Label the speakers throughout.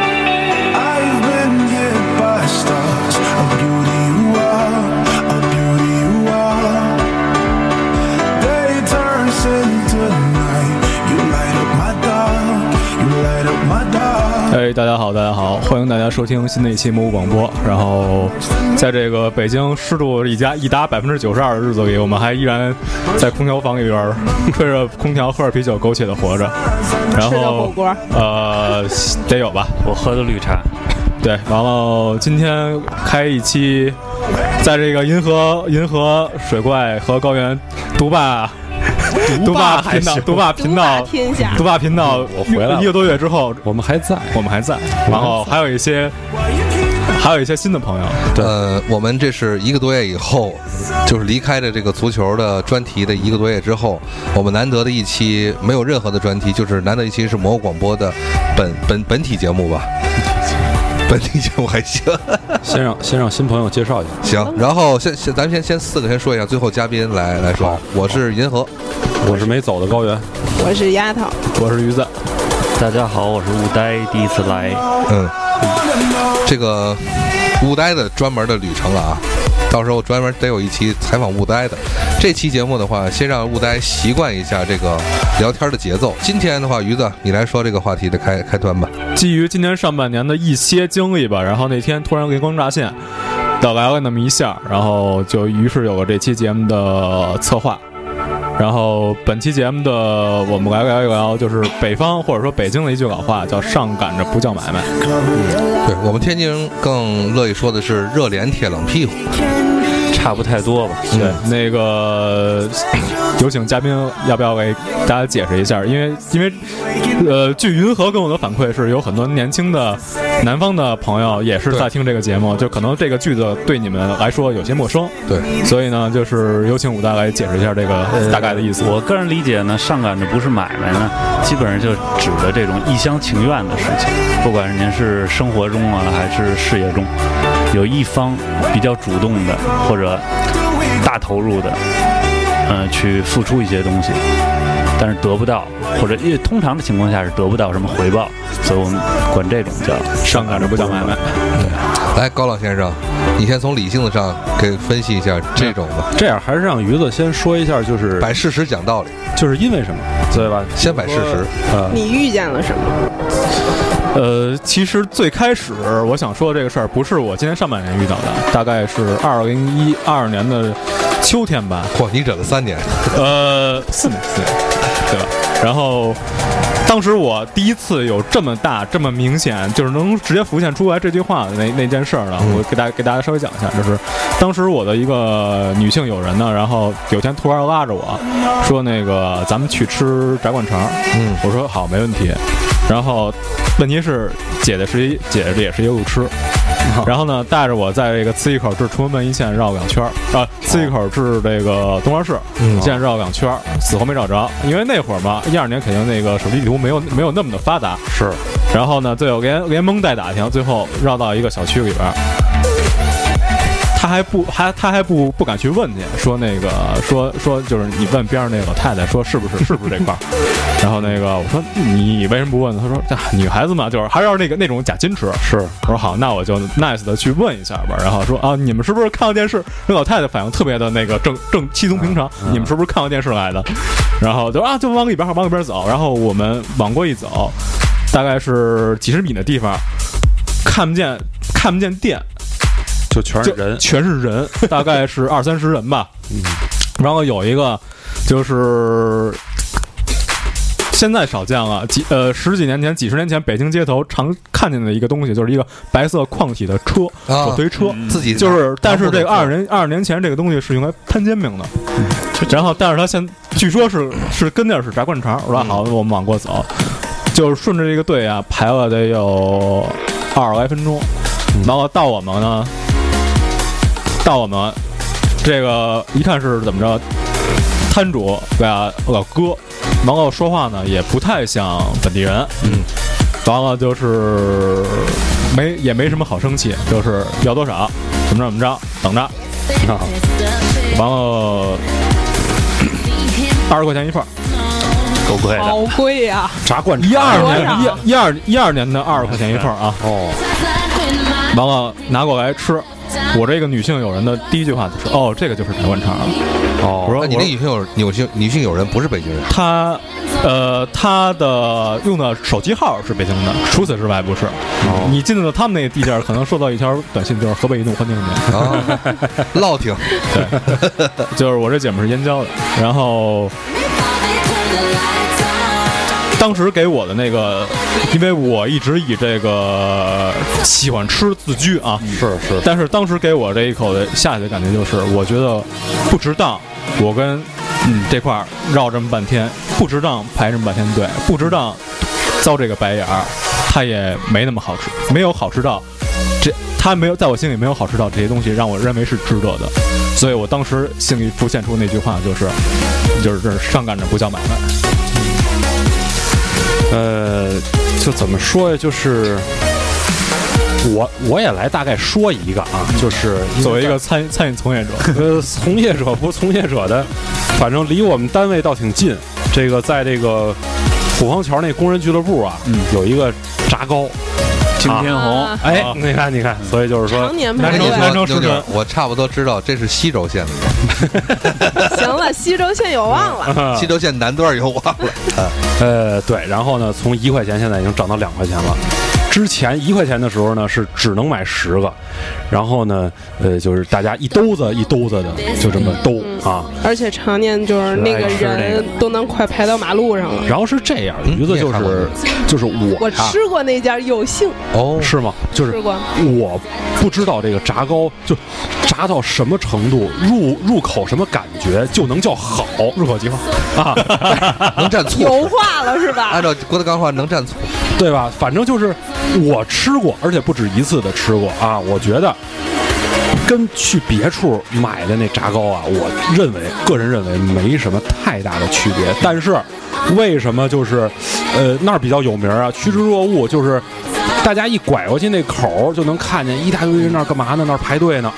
Speaker 1: I've been hit by stars. A beauty you are, a beauty you are. Day turns into night. You light up my dark. You light up my dark.
Speaker 2: 哎，大家好，大家好，欢迎大家收听新的一期魔物广播。然后，在这个北京湿度一加一达百分之九十二的日子里，我们还依然在空调房里边儿 吹着空调，喝着啤酒，苟且的活着。然
Speaker 3: 吃着火
Speaker 2: 后，
Speaker 3: 锅，
Speaker 2: 呃，得有吧？
Speaker 4: 我喝的绿茶，
Speaker 2: 对，完了，今天开一期，在这个银河银河水怪和高原独霸独霸
Speaker 4: 还
Speaker 2: 频道
Speaker 4: 行
Speaker 2: 独霸
Speaker 3: 独
Speaker 2: 频
Speaker 3: 霸
Speaker 2: 道
Speaker 3: 天下
Speaker 2: 独。霸频道，
Speaker 4: 我回来了
Speaker 2: 一个多月之后，
Speaker 4: 我们还在。
Speaker 2: 我们还在，然后还有一些，还有一些新的朋友，
Speaker 5: 呃，我们这是一个多月以后，就是离开了这个足球的专题的一个多月之后，我们难得的一期没有任何的专题，就是难得一期是魔物广播的本本本体节目吧。 本体节目还行，
Speaker 4: 先让先让新朋友介绍一下，
Speaker 5: 行。然后先先，咱们先先四个先说一下，最后嘉宾来来说
Speaker 4: 好，
Speaker 5: 我是银河，
Speaker 4: 我是没走的高原，
Speaker 3: 我是丫头，
Speaker 2: 我是鱼子，
Speaker 6: 大家好，我是雾呆，第一次来。
Speaker 5: 嗯，这个雾呆的专门的旅程了啊，到时候专门得有一期采访雾呆的。这期节目的话，先让雾呆习惯一下这个聊天的节奏。今天的话，鱼子，你来说这个话题的开开端吧。
Speaker 2: 基于今年上半年的一些经历吧，然后那天突然灵光乍现，到来了那么一下，然后就于是有了这期节目的策划。然后本期节目的我们来聊一聊，就是北方或者说北京的一句老话，叫“上赶着不叫买卖
Speaker 5: 对我们天津人更乐意说的是热脸贴冷屁股。
Speaker 6: 差不太多吧？”。
Speaker 5: 嗯
Speaker 2: 对，那个有请嘉宾，要不要给大家解释一下？因为因为呃，据云和跟我的反馈是，有很多年轻的南方的朋友也是
Speaker 5: 对
Speaker 2: 在听这个节目，就可能这个句子对你们来说有些陌生。
Speaker 5: 对，呃
Speaker 2: 所以呢，就是有请武大来解释一下这个大概的意思。
Speaker 6: 我个人理解呢，上赶着不是买卖呢，基本上就指的这种一厢情愿的事情。不管是您是生活中啊，还是事业中，有一方比较主动的或者大投入的，嗯、去付出一些东西，但是得不到，或者因为通常的情况下是得不到什么回报，所以我们管这种叫
Speaker 2: 上赶着不叫买卖，
Speaker 5: 来，高老先生，你先从理性的上给分析一下这种吧，
Speaker 4: 这样还是让鱼子先说一下，就是
Speaker 5: 摆事实讲道理，
Speaker 4: 就是因为什么，对吧？
Speaker 5: 先摆事实。
Speaker 4: 呃，
Speaker 3: 你遇见了什么？
Speaker 2: 呃，其实最开始我想说的这个事儿，不是我今年上半年遇到的，大概是二零一二年的秋天吧，
Speaker 5: 嚯，你忍了三年，
Speaker 2: 呃，四年，四年，对吧？然后，当时我第一次有这么大、这么明显，就是能直接浮现出来这句话的那那件事儿呢，我给大家给大家稍微讲一下，就是当时我的一个女性友人呢，然后有天突然拉着我说：“那个，咱们去吃炸灌肠。”
Speaker 5: 嗯，
Speaker 2: 我说：“好，没问题。”然后，问题是姐姐是一姐姐也是一个路痴，然后呢，带着我在这个磁器口至崇文门一线绕两圈儿，啊，磁器口至这个东华市一线绕两圈儿，死活没找着。因为那会儿嘛，一二年肯定那个手机地图没有没有那么的发达，
Speaker 4: 是
Speaker 2: 然后呢，最后连连蒙带打听，最后绕到一个小区里边儿。他还不还他还不不敢去问去，说那个说说就是你问边上那个老太太说是不是是不是这块儿，然后那个我说嗯你为什么不问呢？他说、啊、女孩子嘛，就是还是那个那种假矜持。
Speaker 4: 是，
Speaker 2: 我说好，那我就 nice 的去问一下吧。然后说啊，你们是不是看到电视？那老太太反应特别的那个正正稀松平常，你们是不是看到电视来的？然后就啊，就往里边往里边走。然后我们往过一走，大概是几十米的地方，看不见看不见店，
Speaker 4: 就全是
Speaker 2: 就
Speaker 4: 人，
Speaker 2: 全是人，嗯大概是二三十人吧。然后有一个就是现在少见了，几呃十几年前、几十年前北京街头常看见的一个东西，就是一个白色矿体的车，
Speaker 5: 啊
Speaker 2: 手推车。
Speaker 5: 自己
Speaker 2: 就是，但是这个二
Speaker 5: 人。
Speaker 2: 十年二十年前这个东西是用来摊煎饼的，然后但是他现据说是是跟那儿是炸灌肠，我说好，我们往过走，就是顺着这个队啊排了得有
Speaker 7: 二十来分钟，然后到我们呢，到我们这个一看是怎么着，摊主对吧，老哥，然后说话呢也不太像本地人，
Speaker 5: 嗯，
Speaker 7: 完了就是没也没什么好生气，就是要多少怎么着怎么着，等着，完了二十块钱一份儿，
Speaker 6: 够贵的。
Speaker 3: 好贵啊呀！
Speaker 2: 炸罐
Speaker 7: 一二
Speaker 3: 多少
Speaker 7: 年一一二一二年的二十块钱一份儿啊，
Speaker 2: 哦，
Speaker 7: 完了拿过来吃。我这个女性友人的第一句话就是：“哦，这个就是台湾肠啊。”
Speaker 2: 哦
Speaker 7: 我说：“
Speaker 5: 那你
Speaker 7: 我
Speaker 5: 那
Speaker 7: 说
Speaker 5: 女性友女性女性友人不是北京人，
Speaker 7: 他，呃，他的用的手机号是北京的，除此之外不是。你进到他们那个地界儿，可能收到一条短信，就是河北移动欢迎您。
Speaker 5: 啊， 落挺
Speaker 7: 就是我这姐们是燕郊的，然后当时给我的那个，因为我一直以这个喜欢吃自居啊，
Speaker 2: 是是，
Speaker 7: 但是当时给我这一口的下去的感觉就是，我觉得不值当，我跟嗯这块儿绕这么半天，不值当排这么半天队，不值当遭这个白眼儿，它也没那么好吃，没有好吃到这，它没有在我心里没有好吃到这些东西，让我认为是值得的，所以我当时心里浮现出那句话就是，就是这是上赶着不叫买卖，
Speaker 2: 呃，就怎么说呀？就是我我也来大概说一个啊，就是因
Speaker 7: 作为一个餐餐饮从业者，
Speaker 2: 呃，从业者不是从业者的，反正离我们单位倒挺近。这个在这个虎坊桥那工人俱乐部啊，有一个炸糕。
Speaker 6: 惊天红，
Speaker 2: 哎
Speaker 7: 啊，
Speaker 2: 你看，你看，所以就是说
Speaker 3: 常，年
Speaker 7: 南
Speaker 3: 排
Speaker 7: 城
Speaker 5: 跟你
Speaker 3: 队。
Speaker 7: 南
Speaker 5: 说
Speaker 7: 城
Speaker 5: 妞
Speaker 7: 是
Speaker 5: 妞
Speaker 7: 个，
Speaker 5: 我差不多知道这是西周县的，
Speaker 3: 行了，西周县有望了，
Speaker 2: 嗯
Speaker 5: 西周县南段儿有忘了，
Speaker 2: 呃，对，然后呢，从一块钱现在已经涨到两块钱了。之前一块钱的时候呢，是只能买十个，然后呢，呃，就是大家一兜子一兜子的，就这么兜啊。
Speaker 3: 而且常年就是那个
Speaker 6: 是爱吃那
Speaker 3: 人都能快排到马路上了。
Speaker 2: 然后是这样，
Speaker 5: 嗯
Speaker 2: 鱼子就
Speaker 5: 你也看
Speaker 2: 是
Speaker 5: 过
Speaker 2: 就是我
Speaker 3: 我
Speaker 2: 呀，
Speaker 3: 吃过那家，有幸
Speaker 5: 哦
Speaker 2: 是吗？就是
Speaker 3: 吃过，
Speaker 2: 我不知道这个炸糕就炸到什么程度，入入口什么感觉就能叫好，入口即化啊，
Speaker 5: 能蘸醋
Speaker 3: 油
Speaker 5: 吃，啊
Speaker 3: 化了是吧
Speaker 5: 按？照郭德纲话能蘸醋，
Speaker 2: 对吧？反正就是我吃过，而且不止一次的吃过啊。我觉得跟去别处买的那炸糕啊，我认为个人认为没什么太大的区别。但是为什么就是呃那儿比较有名啊？趋之若鹜，就是大家一拐过去那口儿就能看见一大堆人那儿干嘛呢？那儿排队呢？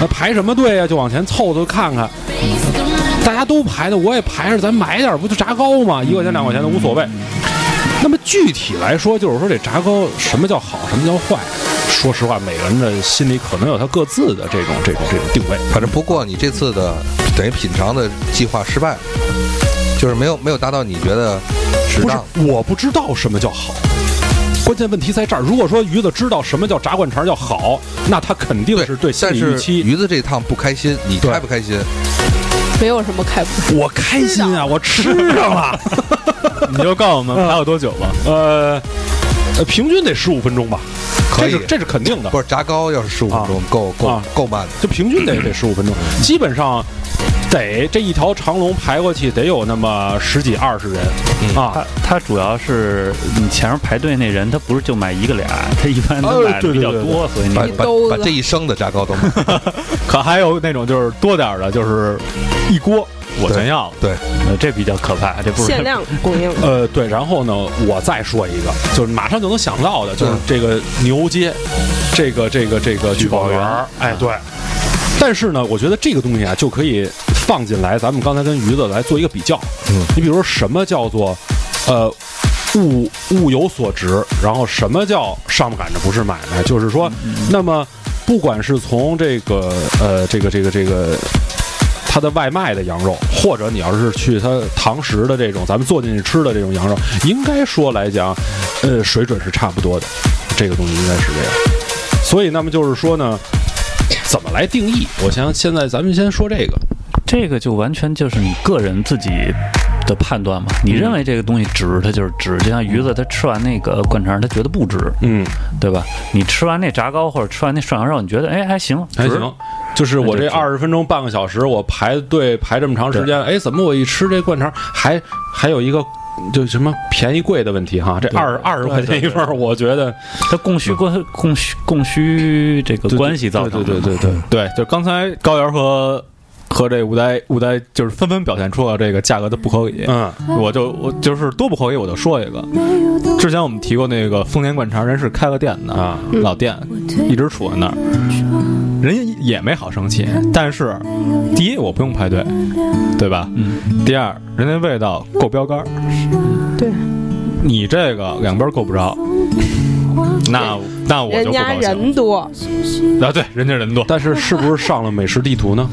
Speaker 2: 那排什么队啊呀、就往前凑凑看看。大家都排的，我也排着，咱买点儿不就炸糕吗？一块钱两块钱的无所谓。那么具体来说，就是说这炸糕什么叫好，什么叫坏？说实话，每个人的心里可能有他各自的这种这种这种定位。
Speaker 5: 反正不过你这次的等于品尝的计划失败，就是没有没有达到你觉得适
Speaker 2: 不是
Speaker 5: 当，，
Speaker 2: 我不知道什么叫好。关键问题在这儿。如果说鱼子知道什么叫炸灌肠叫好，那他肯定是对心
Speaker 5: 但
Speaker 2: 理预
Speaker 5: 是
Speaker 2: 期。
Speaker 5: 鱼子这一趟不开心，你
Speaker 2: 对
Speaker 5: 开不开心？
Speaker 3: 没有什么开不
Speaker 2: 我开心啊，我吃上了。
Speaker 7: 你就告诉我们还有多久吧。
Speaker 2: 呃，呃平均得十五分钟吧，
Speaker 5: 可
Speaker 2: 这
Speaker 5: 以
Speaker 2: 是，这是肯定的。
Speaker 5: 不是炸糕要是十五分钟够够
Speaker 2: 啊
Speaker 5: 够慢的。
Speaker 2: 就平均得得十五分钟，基本上得这一条长龙排过去得有那么十几二十人、
Speaker 7: 嗯
Speaker 2: 啊。
Speaker 6: 它它主要是你前面排队那人，他不是就买一个俩， 他一般都
Speaker 2: 哦
Speaker 6: 买的
Speaker 2: 对对
Speaker 6: 比较
Speaker 2: 对对
Speaker 6: 多，所以你
Speaker 5: 把
Speaker 3: 一兜
Speaker 5: 把
Speaker 3: 子
Speaker 5: 把这一生的炸糕都买了，
Speaker 7: 可还有那种就是多点儿的，就是一锅我全要了。
Speaker 5: 对，
Speaker 6: 呃这比较可怕，这不
Speaker 3: 了，
Speaker 6: 是
Speaker 3: 限量供应。
Speaker 2: 呃，对，然后呢，我再说一个，就是马上就能想到的，就是
Speaker 5: 嗯
Speaker 2: 这个牛街，这个这个这个聚宝园儿，
Speaker 6: 啊
Speaker 2: 哎，对。但是呢，我觉得这个东西啊，就可以放进来，咱们刚才跟鱼子来做一个比较。
Speaker 5: 嗯，
Speaker 2: 你比如说什么叫做，呃，物物有所值，然后什么叫上赶着不是买卖？就是说，那么不管是从这个呃这个这个这个它的外卖的羊肉，或者你要是去它堂食的这种，咱们坐进去吃的这种羊肉，应该说来讲，呃，水准是差不多的。这个东西应该是这样。所以，那么就是说呢，怎么来定义？我想现在咱们先说这个，
Speaker 6: 这个就完全就是你个人自己的判断嘛。你认为这个东西值，它就是值。就像鱼子，他吃完那个灌肠，他觉得不值，
Speaker 2: 嗯，
Speaker 6: 对吧？你吃完那炸糕或者吃完那涮羊肉，你觉得哎还行，值
Speaker 2: 还行。就是我哎这
Speaker 6: 那就值
Speaker 2: 二十分钟、半个小时，我排队排这么长时间，哎，怎么我一吃这灌肠，还还有一个
Speaker 4: 就什么便宜贵的问题哈，这二二十块钱一份儿，我觉得
Speaker 6: 它供需关供需供需这个
Speaker 4: 对对
Speaker 6: 关系造成的。
Speaker 4: 对对对对对，
Speaker 2: 对，就刚才高原和和这吴呆吴呆就是纷纷表现出了这个价格的不合理。
Speaker 4: 嗯，
Speaker 2: 我就我就是多不合理，我就说一个。之前我们提过那个丰年灌肠，人是开了店的
Speaker 4: 啊，
Speaker 3: 嗯
Speaker 2: 老店一直杵在那儿，人家也没好生气。
Speaker 3: 嗯
Speaker 2: 但是，第一我不用排队，对吧？
Speaker 6: 嗯。
Speaker 2: 第二，人家味道够标杆儿，
Speaker 3: 嗯对，
Speaker 2: 你这个两边儿够不着，那那我就
Speaker 3: 嗯人
Speaker 2: 不
Speaker 3: 家
Speaker 2: 高兴。
Speaker 3: 人多，
Speaker 2: 啊，对，人家人多，
Speaker 4: 但是是不是上了美食地图呢？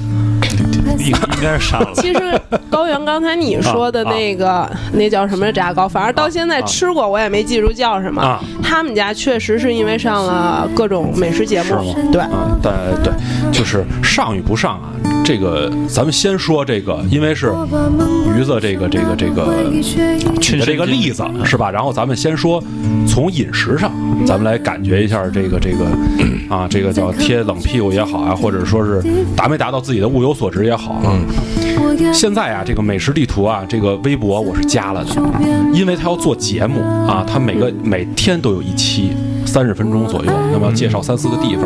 Speaker 6: 应应该是上了。
Speaker 3: 其实高原刚才你说的那个、那叫什么炸糕，反正到现在吃过，我也没记住叫什么。
Speaker 4: 啊
Speaker 3: 他们家确实是因为上了各种美食节目，对，
Speaker 4: 啊，对对，就是上与不上啊，这个咱们先说这个，因为是驴子这个这个这个举的这个例子是吧？然后咱们先说从饮食上，咱们来感觉一下这个这个啊，这个叫贴冷屁股也好啊，或者说是达没达到自己的物有所值也好啊。现在啊，这个美食地图啊，这个微博我是加了的，因为他要做节目啊，他每个每天都有一期，三十分钟左右，那么要介绍三四个地方。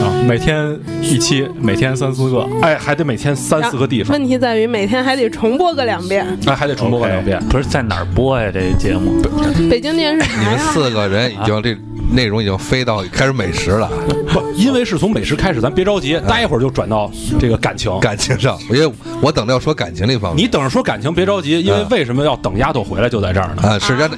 Speaker 2: 啊， 每天一期，每天三四 个，
Speaker 4: 哎，还得每天三四个地方，
Speaker 3: 问题在于每天还得重播个两遍。
Speaker 4: 哎，还得重播个两遍。
Speaker 6: 不是在哪儿播呀？这节目
Speaker 3: 北京电视
Speaker 5: 你
Speaker 3: 台
Speaker 5: 们
Speaker 3: 啊，
Speaker 5: 四个人已经这内容已经飞到开始美食了，
Speaker 4: 不，因为是从美食开始，咱别着急，待一会儿就转到这个感情。
Speaker 5: 感情上，因为我等着要说感情这方面。
Speaker 4: 你等着说感情，别着急，因为为什么要等丫头回来就在这儿呢？
Speaker 5: 啊，是让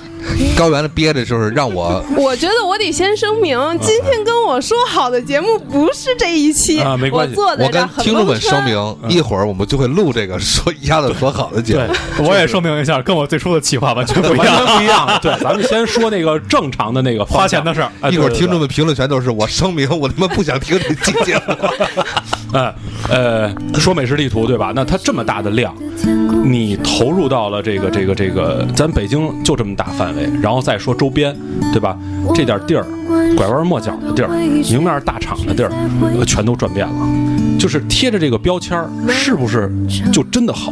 Speaker 5: 高原憋着，就是让我
Speaker 3: 我觉得我得先声明，今天跟我说好的节目不是这一期，
Speaker 4: 啊没关系
Speaker 3: 我坐在
Speaker 5: 我
Speaker 3: 这
Speaker 5: 跟
Speaker 3: 儿很
Speaker 5: 听众
Speaker 3: 蒙
Speaker 5: 们
Speaker 3: 圈
Speaker 5: 声明，一会儿我们就会录这个说丫的说好的节目。
Speaker 2: 我也声明一下，跟我最初的企划完全不一
Speaker 4: 完
Speaker 2: 样。
Speaker 4: 全不一样。对，咱们先说那个正常的那个
Speaker 2: 花钱的事
Speaker 4: 儿。
Speaker 2: 儿，
Speaker 4: 哎
Speaker 5: 一会儿听，
Speaker 4: 对对
Speaker 5: 众的评论全都是我声明，我他妈不想听这期节目。
Speaker 4: 对哎呃，说美食地图对吧？那它这么大的量，你投入到了这个这个这个，咱北京就这么大范围，然后再说周边，对吧？这点地儿，拐弯抹角的地儿，迎面大厂的地儿，呃全都转遍了。就是贴着这个标签儿，是不是就真的好？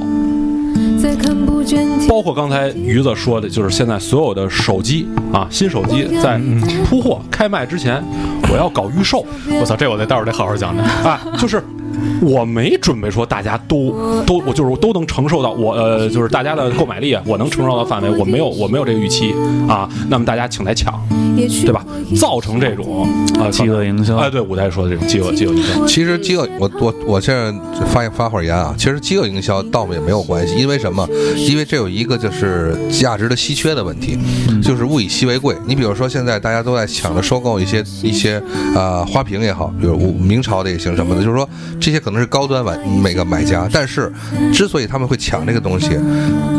Speaker 8: 再看不见天
Speaker 4: 包括刚才鱼子说的，就是现在所有的手机啊，新手机在铺货开卖之前，我要搞预售
Speaker 2: 我操，这我得待会儿得好好讲讲。。
Speaker 4: 啊，就是。我没准备说大家都都我就是都能承受到我呃就是大家的购买力啊，我能承受到的范围，我没有我没有这个预期啊，那么大家请来抢，
Speaker 8: 也去
Speaker 4: 对吧？造成这种啊
Speaker 6: 饥饿营销
Speaker 4: 哎，对，舞台说的这种饥饿饥饿营销，
Speaker 5: 其实饥饿，我我我现在发言发会儿言啊。其实饥饿营销倒也没有关系，因为什么？因为这有一个就是价值的稀缺的问题，就是物以稀为贵。你比如说现在大家都在抢着收购一些一些呃花瓶也好，比如明朝的也行什么的，就是说这些可能是高端买每个买家，但是之所以他们会抢这个东西，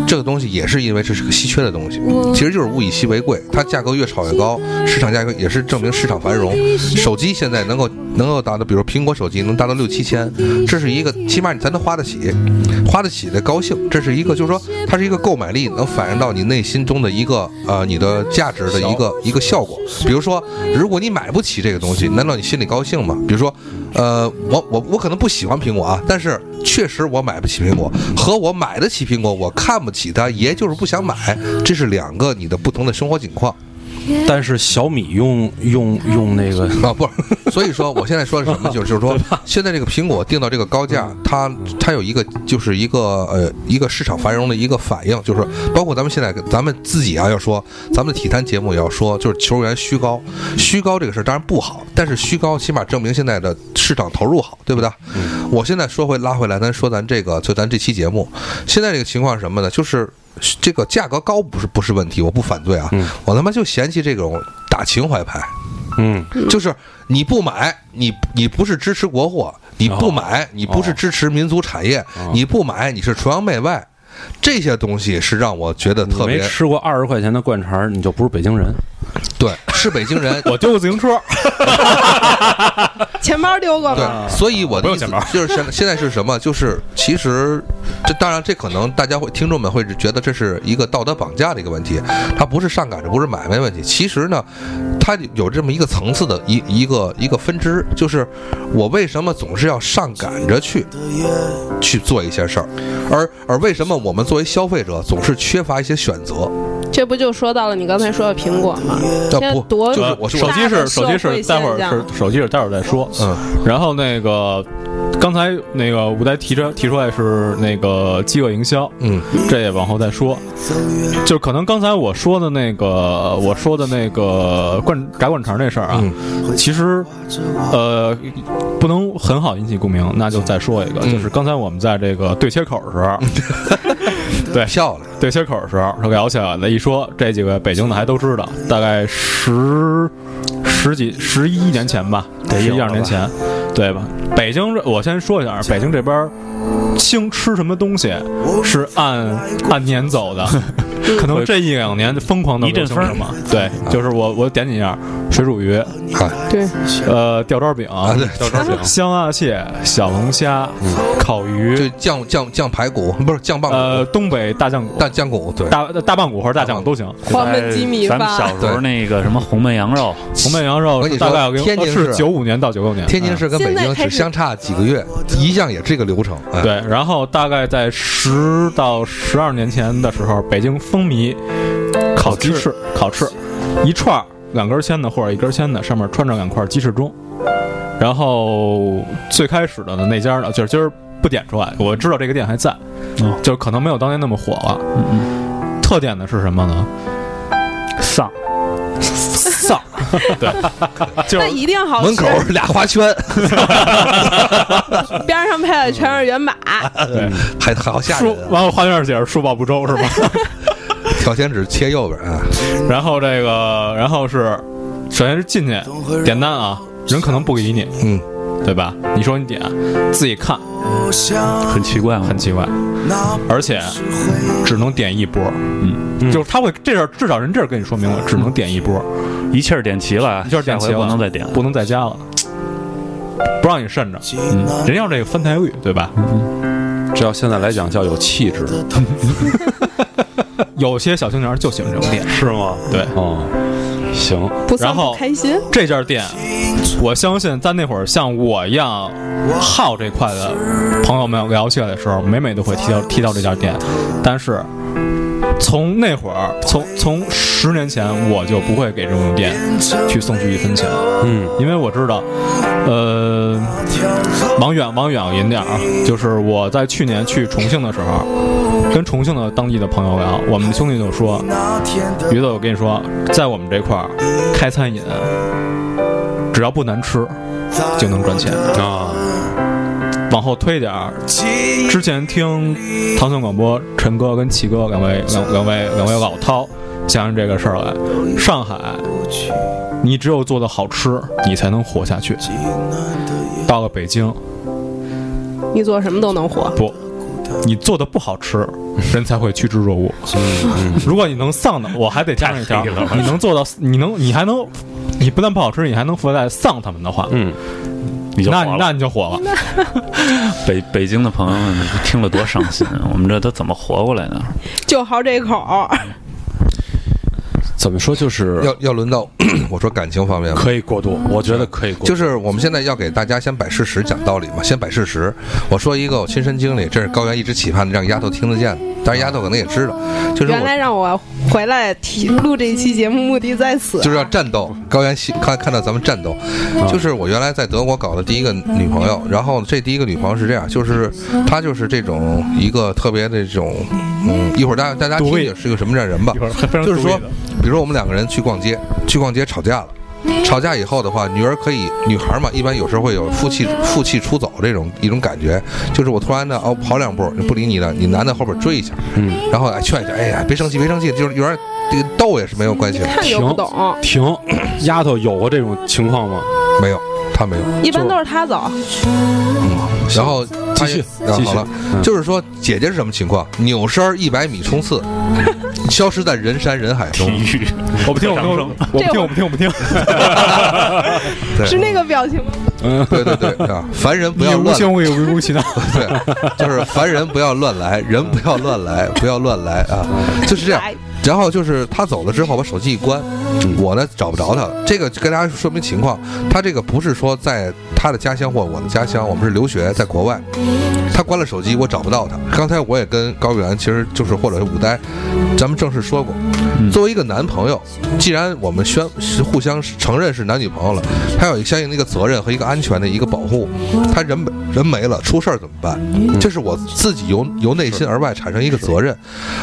Speaker 5: 这个东西也是因为这是个稀缺的东西，其实就是物以稀为贵，它价格越炒越高，市场价格也是证明市场繁荣。手机现在能够能够达到，比如苹果手机能达到六七千，这是一个起码你才能花得起，花得起的高兴，这是一个就是说它是一个购买力能反映到你内心中的一个呃你的价值的一个一个效果。比如说，如果你买不起这个东西，难道你心里高兴吗？比如说，呃，我我我可能不喜欢苹果啊，但是确实我买不起苹果，和我买得起苹果，我看不起它，也就是不想买，这是两个你的不同的生活情况。
Speaker 4: 但是小米用用用那个
Speaker 5: 啊， 不是，所以说我现在说的是什么，就是就是说，现在这个苹果定到这个高价，它它有一个就是一个呃一个市场繁荣的一个反应，就是包括咱们现在咱们自己啊要说，咱们的体坛节目也要说，就是球员虚高，虚高这个事儿当然不好，但是虚高起码证明现在的市场投入好，对不对？我现在说回拉回来，咱说咱这个就咱这期节目，现在这个情况是什么呢？就是。这个价格高不是不是问题，我不反对啊，我他妈就嫌弃这种打情怀牌，
Speaker 4: 嗯
Speaker 5: 就是你不买，你你不是支持国货，你
Speaker 4: 哦
Speaker 5: 不买，你不是支持民族产业，你不买，你是崇洋媚外，这些东西是让我觉得特
Speaker 4: 没
Speaker 5: 别
Speaker 4: 吃过二十块钱的灌肠儿，你就不是北京人。
Speaker 5: 对，是北京 人
Speaker 2: 我丢个自行车，
Speaker 3: 钱包丢过吗？
Speaker 5: 对，所以我的
Speaker 2: 啊不用
Speaker 5: 意思
Speaker 2: 钱包
Speaker 5: 就是现在现在是什么？就是其实这当然这可能大家会听众们会觉得这是一个道德绑架的一个问题，它不是上赶着，不是买卖问题。其实呢，它它有这么一个层次的一一个一个分支，就是我为什么总是要上赶着去去做一些事儿，而而为什么我们作为消费者总是缺乏一些选择？
Speaker 3: 这不就说到了你刚才说的苹果吗？现
Speaker 5: 这
Speaker 3: 在
Speaker 5: 不
Speaker 3: 多
Speaker 5: 就是
Speaker 2: 呃
Speaker 5: 我是
Speaker 2: 手
Speaker 5: 我
Speaker 2: 机是
Speaker 3: 社
Speaker 2: 手
Speaker 3: 会
Speaker 2: 机是待会儿
Speaker 3: 现象
Speaker 2: 是手机是待会儿再说。
Speaker 5: 嗯，
Speaker 2: 然后那个刚才那个吴代提出提出来是那个饥饿营销，
Speaker 5: 嗯，
Speaker 2: 这也往后再说。就可能刚才我说的那个我说的那个灌炸灌肠这事儿啊，
Speaker 5: 嗯
Speaker 2: 其实呃不能很好引起共鸣，那就再说一个，
Speaker 5: 嗯
Speaker 2: 就是刚才我们在这个对切口的时 候，
Speaker 5: 漂亮，
Speaker 2: 对切口的时候是聊起来的，一说这几个北京的还都知道，大概十十几十一年前吧，
Speaker 6: 得
Speaker 2: 十
Speaker 6: 有
Speaker 2: 一
Speaker 6: 了
Speaker 2: 二年前，对吧？北京这我先说一下，北京这边儿兴吃什么东西是按按年走的，可能这一两年疯狂的
Speaker 6: 一阵风
Speaker 2: 什么，对，就是我我点几样水煮鱼，
Speaker 5: 看
Speaker 3: 对，
Speaker 2: 呃，吊渣饼，
Speaker 5: 啊对吊
Speaker 2: 渣饼，香辣蟹、小龙虾、烤
Speaker 5: 就
Speaker 2: 鱼，
Speaker 5: 酱酱酱排骨不是酱棒
Speaker 2: 呃，
Speaker 5: 骨，
Speaker 2: 东北大酱骨。
Speaker 5: 但酱骨对，
Speaker 2: 大大棒骨或者大酱都行，
Speaker 3: 黄焖鸡米
Speaker 6: 咱们
Speaker 3: 饭，
Speaker 6: 小时候那个什么红焖羊肉，
Speaker 2: 红焖羊肉
Speaker 5: 我跟你说
Speaker 2: 大概要跟
Speaker 5: 天津市
Speaker 2: 是九五年到九六
Speaker 4: 嗯
Speaker 2: 年，
Speaker 5: 天津市跟北
Speaker 3: 现在
Speaker 5: 京
Speaker 3: 开
Speaker 5: 只
Speaker 3: 始
Speaker 5: 相差几个月，一样也是这个流程。哎
Speaker 2: 嗯、，对，然后大概在十到十二年前的时候，北京风靡烤鸡翅，烤翅一串儿两根签的或者一根签的，上面穿着两块鸡翅中。然后最开始的呢那家呢，就是今儿不点出来，我知道这个店还在，
Speaker 6: 哦
Speaker 2: 就是可能没有当年那么火了。
Speaker 6: 嗯
Speaker 2: 特点的是什么 呢？
Speaker 6: 嗯，丧，
Speaker 2: 丧，对，就
Speaker 3: 那
Speaker 2: 是
Speaker 3: 一定好
Speaker 5: 门
Speaker 3: 吃
Speaker 5: 口。俩花 圈，
Speaker 3: 边上配的全是原码，
Speaker 2: 对
Speaker 5: 还还好吓
Speaker 2: 树
Speaker 5: 人，啊！
Speaker 2: 完了花园姐是树报不周是吧？
Speaker 5: 挑选纸切右边啊，
Speaker 2: 然后这个，然后是，首先是进去点单啊，人可能不理你，
Speaker 5: 嗯，
Speaker 2: 对吧？你说你点，自己看
Speaker 6: 很奇怪，
Speaker 2: 很奇怪，而且只能点一波，嗯，就是他会这事儿至少人这儿跟你说明了，只能点一波，
Speaker 6: 一气儿点齐了，
Speaker 2: 一下点齐
Speaker 6: 嗯下回
Speaker 2: 了，
Speaker 6: 不能再点了。
Speaker 2: 不能再加了，不让你渗着，
Speaker 6: 嗯
Speaker 2: 嗯人要这个翻台率，对吧？
Speaker 4: 这要现在来讲叫有气质，
Speaker 2: 有些小青年就喜欢这种店，
Speaker 4: 是吗？
Speaker 2: 对。
Speaker 4: 哦，行，
Speaker 3: 不算
Speaker 2: 然后
Speaker 3: 不开心。
Speaker 2: 这家店，我相信在那会儿像我一样好这块的朋友们聊起来的时候，每每都会提到提到这家店。但是从那会儿，从从十年前，我就不会给这种店去送去一分钱，
Speaker 4: 嗯，
Speaker 2: 因为我知道，呃，往远往远引点儿啊，就是我在去年去重庆的时候，跟重庆的当地的朋友聊，我们兄弟就说，于子，我跟你说，在我们这块儿开餐饮，只要不难吃就能赚钱。
Speaker 4: 啊，
Speaker 2: 往后推点儿，之前听唐宋广播，陈哥跟齐哥两位两两位两位老饕讲起这个事儿来，上海，你只有做的好吃，你才能活下去。到了北京，
Speaker 3: 你做什么都能火，
Speaker 2: 不，你做的不好吃，人才会趋之若鹜。如果你能丧的，我还得加上一条，
Speaker 6: 太黑了
Speaker 2: 你能做到，你能，你还能，你不但不好吃，你还能附带丧他们的话，
Speaker 4: 嗯，
Speaker 6: 你就
Speaker 2: 那
Speaker 6: 黄
Speaker 2: 你
Speaker 6: 了
Speaker 2: 那你就火了。
Speaker 6: 北北京的朋友们听了多伤心，啊 我们这都怎么活过来的？
Speaker 3: 就好这口儿。
Speaker 4: 怎么说就是
Speaker 5: 要要轮到 我说感情方面了。
Speaker 4: 可以过渡，我觉得可以过渡，
Speaker 5: 就是我们现在要给大家先摆事实、讲道理嘛，先摆事实。我说一个我亲身经历，这是高原一直期盼的，让丫头听得见的，但是丫头可能也知道，就是
Speaker 3: 原来
Speaker 5: 我
Speaker 3: 让我回来提录这一期节目，目的在此。
Speaker 5: 就是要战斗。高原希看看到咱们战斗，就是我原来在德国搞的第一个女朋友，然后这第一个女朋友是这样，就是她就是这种一个特别的这种，嗯，一会儿大家大家听
Speaker 2: 独立
Speaker 5: 听是个什么样的人吧
Speaker 2: 一会儿非，常
Speaker 5: 就是
Speaker 2: 独立
Speaker 5: 说
Speaker 2: 的，
Speaker 5: 比如说我们两个人去逛街，去逛街吵架了。吵架以后的话，女儿可以，女孩嘛，一般有时候会有负气负气出走这种一种感觉，就是我突然的哦跑两步，你不理你了，你男的后边追一下，
Speaker 4: 嗯，
Speaker 5: 然后哎劝一下，哎呀别生气别生气，就是有点这个斗也是没有关系的，
Speaker 3: 看着就不懂，
Speaker 4: 停，丫头有过这种情况吗？
Speaker 5: 没有他没有，
Speaker 3: 一般都是他走，
Speaker 5: 然后他
Speaker 4: 继续
Speaker 5: 啊
Speaker 4: 继续
Speaker 5: 好了，
Speaker 4: 嗯
Speaker 5: 就是说姐姐是什么情况？扭身一百米冲 刺，消失在人山人海中
Speaker 6: 体，育，
Speaker 2: 我不听，我不听，我不听，我不听，我不听。
Speaker 5: 对
Speaker 3: 是那个表情吗？
Speaker 5: 对对对啊，凡人不
Speaker 2: 你
Speaker 5: 要
Speaker 2: 无
Speaker 5: 乱
Speaker 2: 情，我也无故其闹。
Speaker 5: 对，就是凡人不要乱来，人不要乱来，不要乱来啊，就是这样
Speaker 3: 来。
Speaker 5: 然后就是他走了之后，把手机一关，我呢找不着他。这个跟大家说明情况，他这个不是说在他的家乡或我的家乡，我们是留学在国外。他关了手机，我找不到他。刚才我也跟高原，其实就是或者是武呆，咱们正式说过，作为一个男朋友，既然我们宣互相承认是男女朋友了，他有一个相应的一个责任和一个安全的一个保护。他人没人没了，出事儿怎么办？这是我自己由由内心而外产生一个责任。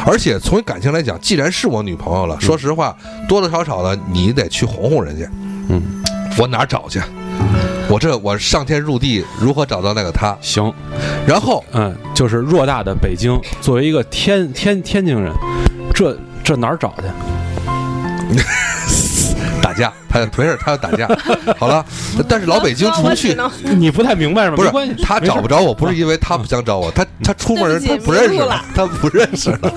Speaker 5: 而且从感情来讲，既然是我女朋友了，说实话，多多少少的你得去哄哄人家。
Speaker 4: 嗯，
Speaker 5: 我哪儿找去？我这我上天入地，如何找到那个他？
Speaker 4: 行，
Speaker 5: 然后
Speaker 4: 嗯，就是偌大的北京，作为一个天天天津人，这这哪儿找去？
Speaker 5: 打架，他没事，他要打架。好了，但是老北京出
Speaker 3: 我只
Speaker 5: 不去，
Speaker 3: 能
Speaker 4: 你不太明白是吗？
Speaker 5: 不是
Speaker 4: 没关系，
Speaker 5: 他找不
Speaker 4: 着。
Speaker 5: 着我，不是因为他不想找我，他他出门儿
Speaker 3: 对
Speaker 5: 他
Speaker 3: 不起
Speaker 5: 不认识
Speaker 3: 迷路
Speaker 5: 了
Speaker 3: 了，
Speaker 5: 他不认识了。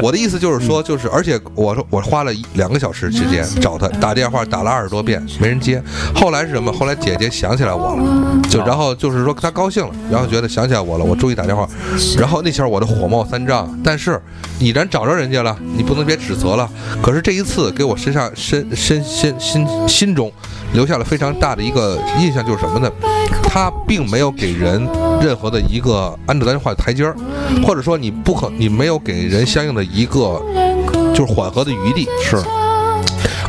Speaker 5: 我的意思就是说，就是而且我说我花了一两个小时时间
Speaker 3: 嗯
Speaker 5: 找他，打电话打了二十多遍没人接。后来是什么？后来姐姐想起来我了，就然后就是说她高兴了，然后觉得想起来我了，我终于打电话。然后那前儿我的火冒三丈，但是你然找着人家了，你不能别指责了。可是这一次给我身上身身身心心中留下了非常大的一个印象，就是什么呢？他并没有给人任何的一个按照咱话的台阶儿，或者说你不可你没有给人相应的一个就是缓和的余地是。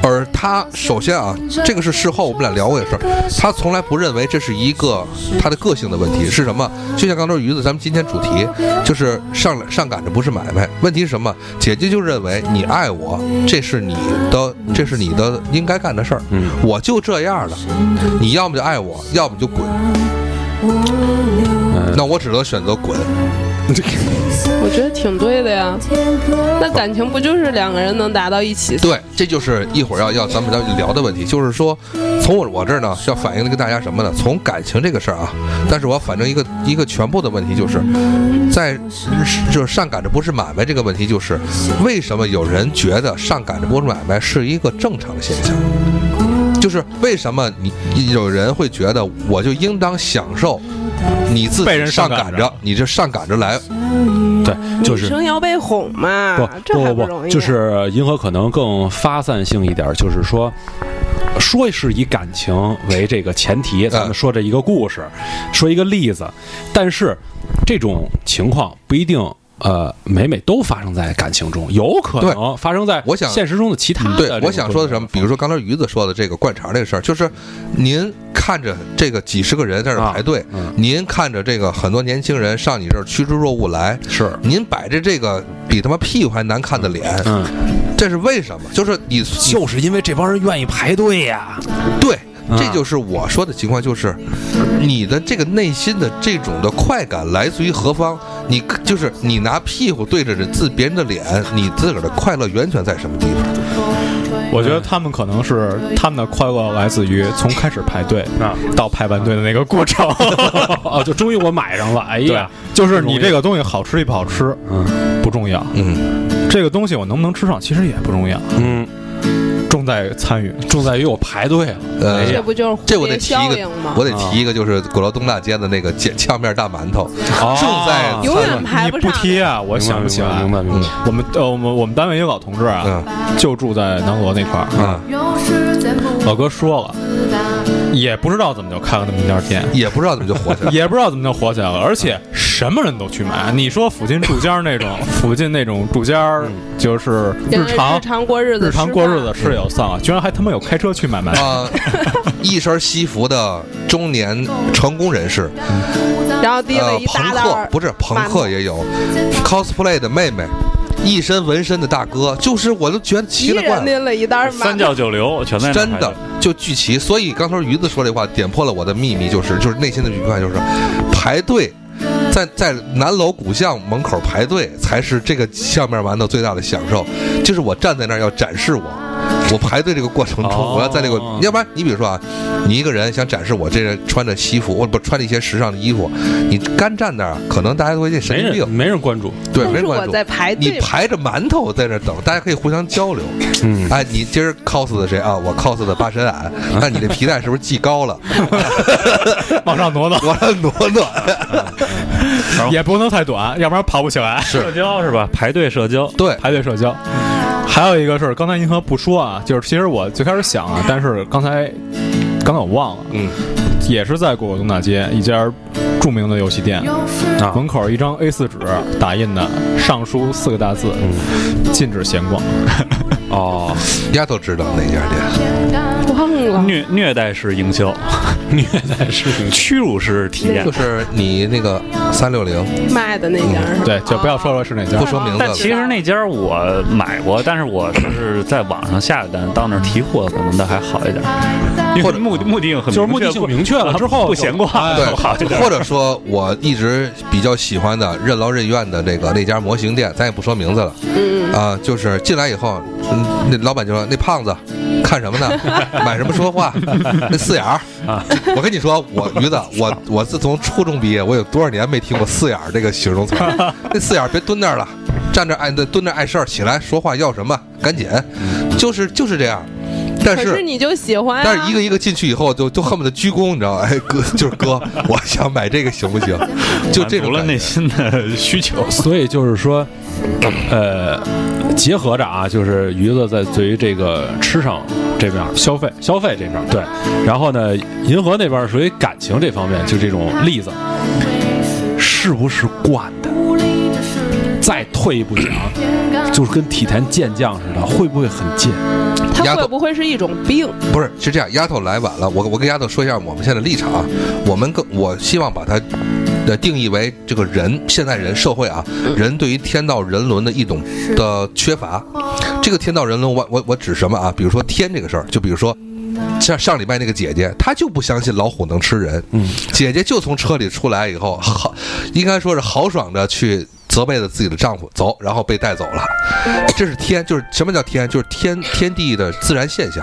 Speaker 5: 而他首先啊，这个是事后我们俩聊过的事儿，他从来不认为这是一个他的个性的问题，是什么？就像刚才鱼子，咱们今天主题就是上上赶着不是买卖，问题是什么？姐姐就认为你爱我，这是你的，这是你的应该干的事儿，
Speaker 4: 嗯
Speaker 5: 我就这样了，你要么就爱我，要么就滚，
Speaker 4: 嗯
Speaker 5: 那我只能选择滚。
Speaker 3: 我觉得挺对的呀。那感情不就是两个人能达到一起？
Speaker 5: 对，这就是一会儿要要咱们要聊的问题，就是说，从我我这儿呢，要反映的跟大家什么呢？从感情这个事儿啊，但是我要反正一个一个全部的问题，就是在就是上赶着不是买卖这个问题，就是为什么有人觉得上赶着不是买卖是一个正常的现象？就是为什么你你有人会觉得我就应当享受你自
Speaker 2: 被
Speaker 5: 己
Speaker 2: 人
Speaker 5: 上
Speaker 2: 上
Speaker 5: 赶
Speaker 2: 赶
Speaker 5: 着，你这上赶着来，
Speaker 4: 对，就
Speaker 3: 女
Speaker 4: 是
Speaker 3: 生要被哄嘛
Speaker 4: 不，
Speaker 3: 啊这还
Speaker 4: 不不
Speaker 3: 容
Speaker 4: 不，
Speaker 3: 易。
Speaker 4: 就是银河可能更发散性一点，就是说。说是以感情为这个前
Speaker 5: 啊
Speaker 4: 提，咱们说这一个故事，说一个例子，但是这种情况不一定呃每每都发生在感情中，有可能发生在
Speaker 5: 我想嗯
Speaker 4: 现实中的其他的这
Speaker 5: 对
Speaker 4: 种，
Speaker 5: 我想说的是什
Speaker 4: 啊
Speaker 5: 么？比如说刚才鱼子说的这个灌肠这个事儿，就是您看着这个几十个人在这儿
Speaker 4: 啊
Speaker 5: 排队，
Speaker 4: 嗯
Speaker 5: 您看着这个很多年轻人上你这儿趋之若鹜来，
Speaker 4: 是，
Speaker 5: 您摆着这个比他妈屁股还难看的脸，
Speaker 4: 嗯，
Speaker 5: 这是为什么？就是你你
Speaker 4: 就是因为这帮人愿意排队呀、
Speaker 5: 对。
Speaker 4: 啊
Speaker 5: 这就是我说的情况，就是你的这个内心的这种的快感来自于何方？你就是你拿屁股对着人自别人的脸，你自个儿的快乐源泉在什么地方？
Speaker 2: 我觉得他们可能是他们的快乐来自于从开始排队
Speaker 6: 啊
Speaker 2: 到排完队的那个过 程。
Speaker 4: 哦，就终于我买上了，哎
Speaker 2: 对
Speaker 4: 呀，，
Speaker 2: 就是你这个东西好吃与不好吃
Speaker 4: 嗯
Speaker 2: 不重要，
Speaker 5: 嗯，
Speaker 2: 这个东西我能不能吃上其实也不重要，
Speaker 4: 嗯，
Speaker 2: 重在参与。
Speaker 4: 重在于我排队啊哎了，
Speaker 5: 呃，
Speaker 3: 这不就是蝴
Speaker 5: 这我得
Speaker 3: 蝶
Speaker 5: 提一
Speaker 3: 效
Speaker 5: 个
Speaker 3: 应吗，
Speaker 5: 我？得提一个，就是鼓楼东大街的那个碱呛面大馒头，
Speaker 4: 哦
Speaker 5: 重在
Speaker 4: 明白
Speaker 3: 永远排
Speaker 2: 你
Speaker 3: 不
Speaker 2: 不
Speaker 3: 上。
Speaker 2: 提啊，我想不起来。
Speaker 4: 明白明白明白，
Speaker 2: 我们呃，我们我们单位有老同志啊，
Speaker 5: 嗯
Speaker 2: 就住在南锣那块儿。
Speaker 5: 啊，
Speaker 4: 呃
Speaker 2: 老哥说了，也不知道怎么就开了那么一家店，。
Speaker 5: 也不知道怎么就火起 来
Speaker 2: 也不知道怎么就火起来了，而且什么人都去买。你说附近住家那种，附近那种住家就是
Speaker 3: 跟
Speaker 2: 日常
Speaker 3: 日常过日子，
Speaker 2: 日常过日子。是有丧啊，居然还他妈有开车去 买卖。
Speaker 5: 啊，一身西服的中年成功人士，
Speaker 3: 然后提
Speaker 5: 呃
Speaker 3: 了，一
Speaker 5: 朋
Speaker 3: 大袋
Speaker 5: 克
Speaker 3: 儿，
Speaker 5: 不是朋克也有，cosplay 的妹妹，一身纹身的大哥，就是我都觉得奇
Speaker 3: 一
Speaker 5: 了怪
Speaker 3: 人
Speaker 5: 了，
Speaker 3: 拎了一袋儿
Speaker 6: 三
Speaker 3: 馒
Speaker 6: 教
Speaker 3: 头，
Speaker 6: 九流全在那
Speaker 5: 真
Speaker 6: 排
Speaker 5: 的
Speaker 6: 队
Speaker 5: 就聚齐。所以刚才鱼子说这话点破了我的秘密，就是就是内心的愉快，就是排队。在在南楼古巷门口排队才是这个下面馒头最大的享受，就是我站在那儿要展示我，我排队这个过程中，
Speaker 4: 哦
Speaker 5: 我要在这个，要不然你比如说啊，你一个人想展示我这人穿着西服，我不穿着一些时尚的衣服，你干站那儿，可能大家都会这神
Speaker 4: 没
Speaker 5: 经
Speaker 4: 人
Speaker 5: 病，
Speaker 4: 没人关注，
Speaker 5: 对，
Speaker 3: 都
Speaker 5: 没
Speaker 3: 是
Speaker 5: 人关
Speaker 3: 我
Speaker 5: 注。
Speaker 3: 在排
Speaker 5: 你
Speaker 3: 队。
Speaker 5: 排着馒头在那儿等，大家可以互相交流。
Speaker 4: 嗯，
Speaker 5: 哎，你今儿 cos 的谁啊？我 cos 的八神俺，那你这皮带是不是系高了？
Speaker 2: 往上 挪挪，
Speaker 5: 我让挪挪。
Speaker 2: 也不能太短，要不然跑不起来。
Speaker 6: 社交是吧？排队社交，
Speaker 5: 对，
Speaker 2: 排队社交，还有一个是刚才银河不说啊，就是其实我最开始想
Speaker 4: 嗯
Speaker 2: 啊，但是刚才刚才我忘了，
Speaker 5: 嗯，
Speaker 2: 也是在果果东大街一家著名的游戏店，
Speaker 4: 啊
Speaker 2: 门口一张 A4 纸打印的上书四个大字：
Speaker 4: 嗯
Speaker 2: 禁止闲逛。
Speaker 4: 哦，
Speaker 5: 丫都知道哪家店，
Speaker 3: 忘了，
Speaker 6: 虐虐待式 营销，虐待式营销屈辱式体验
Speaker 5: 就。是你那个三六零，
Speaker 3: 卖的那家是吧
Speaker 5: 嗯
Speaker 2: 对，就不要说了是哪家
Speaker 5: 不。说名字
Speaker 6: 但
Speaker 5: 了。
Speaker 6: 其实那家儿我买过，但是我是在网上下的单，到那儿提货可能倒还好一点，因
Speaker 5: 或
Speaker 6: 为
Speaker 5: 者
Speaker 6: 目的目的性很
Speaker 4: 就是目的性明确了之后
Speaker 6: 不闲逛
Speaker 4: 哎
Speaker 5: 对，
Speaker 6: 啊好一点。
Speaker 5: 或者说我一直比较喜欢的任劳任怨的这个那家模型店，咱也不说名字了，嗯啊，就是进来以后，嗯那老板就说那胖子看什么呢？买什么 说话？那四眼儿
Speaker 6: 啊！
Speaker 5: 我跟你说， 我驴子，我我自从初中毕业，我有多少年没听过四眼儿这个形容词儿？那四眼儿别蹲那儿了，站着碍蹲着碍事儿，起来说话要什么？赶紧，
Speaker 6: 嗯
Speaker 5: 就是就是这样。但
Speaker 3: 可是你就喜欢、啊，
Speaker 5: 但是一个一个进去以后就，就恨不得鞠躬，你知道吗？哎，哥， 就是哥，我想买这个行不行？就这
Speaker 6: 满足
Speaker 5: 种
Speaker 6: 了
Speaker 5: 感
Speaker 6: 内
Speaker 5: 觉。
Speaker 6: 心的需求。
Speaker 4: 所以就是说，呃，结合着啊，就是鱼子在对于这个吃上这面儿消费消费这面儿对，然后呢，银河那边儿属于感情这方面，就这种例子，是不是惯的？再退一步讲，就是跟体坛健将似的，会不会很贱？
Speaker 5: 丫
Speaker 3: 它
Speaker 5: 头
Speaker 3: 会不会是一种病？
Speaker 5: 不是，是这样，丫头来晚了，我我跟丫头说一下我们现在的立场啊，我们更我希望把它的定义为这个人，现代人社会啊，人对于天道人伦的一种的缺乏。这个天道人伦，我我我指什么啊？比如说天这个事儿，就比如说。像上礼拜那个姐姐，她就不相信老虎能吃人。嗯，姐姐就从车里出来以后，豪应该说是豪爽着去责备了自己的丈夫，走，然后被带走了。这是天，就是什么叫天？就是天天地的自然现象。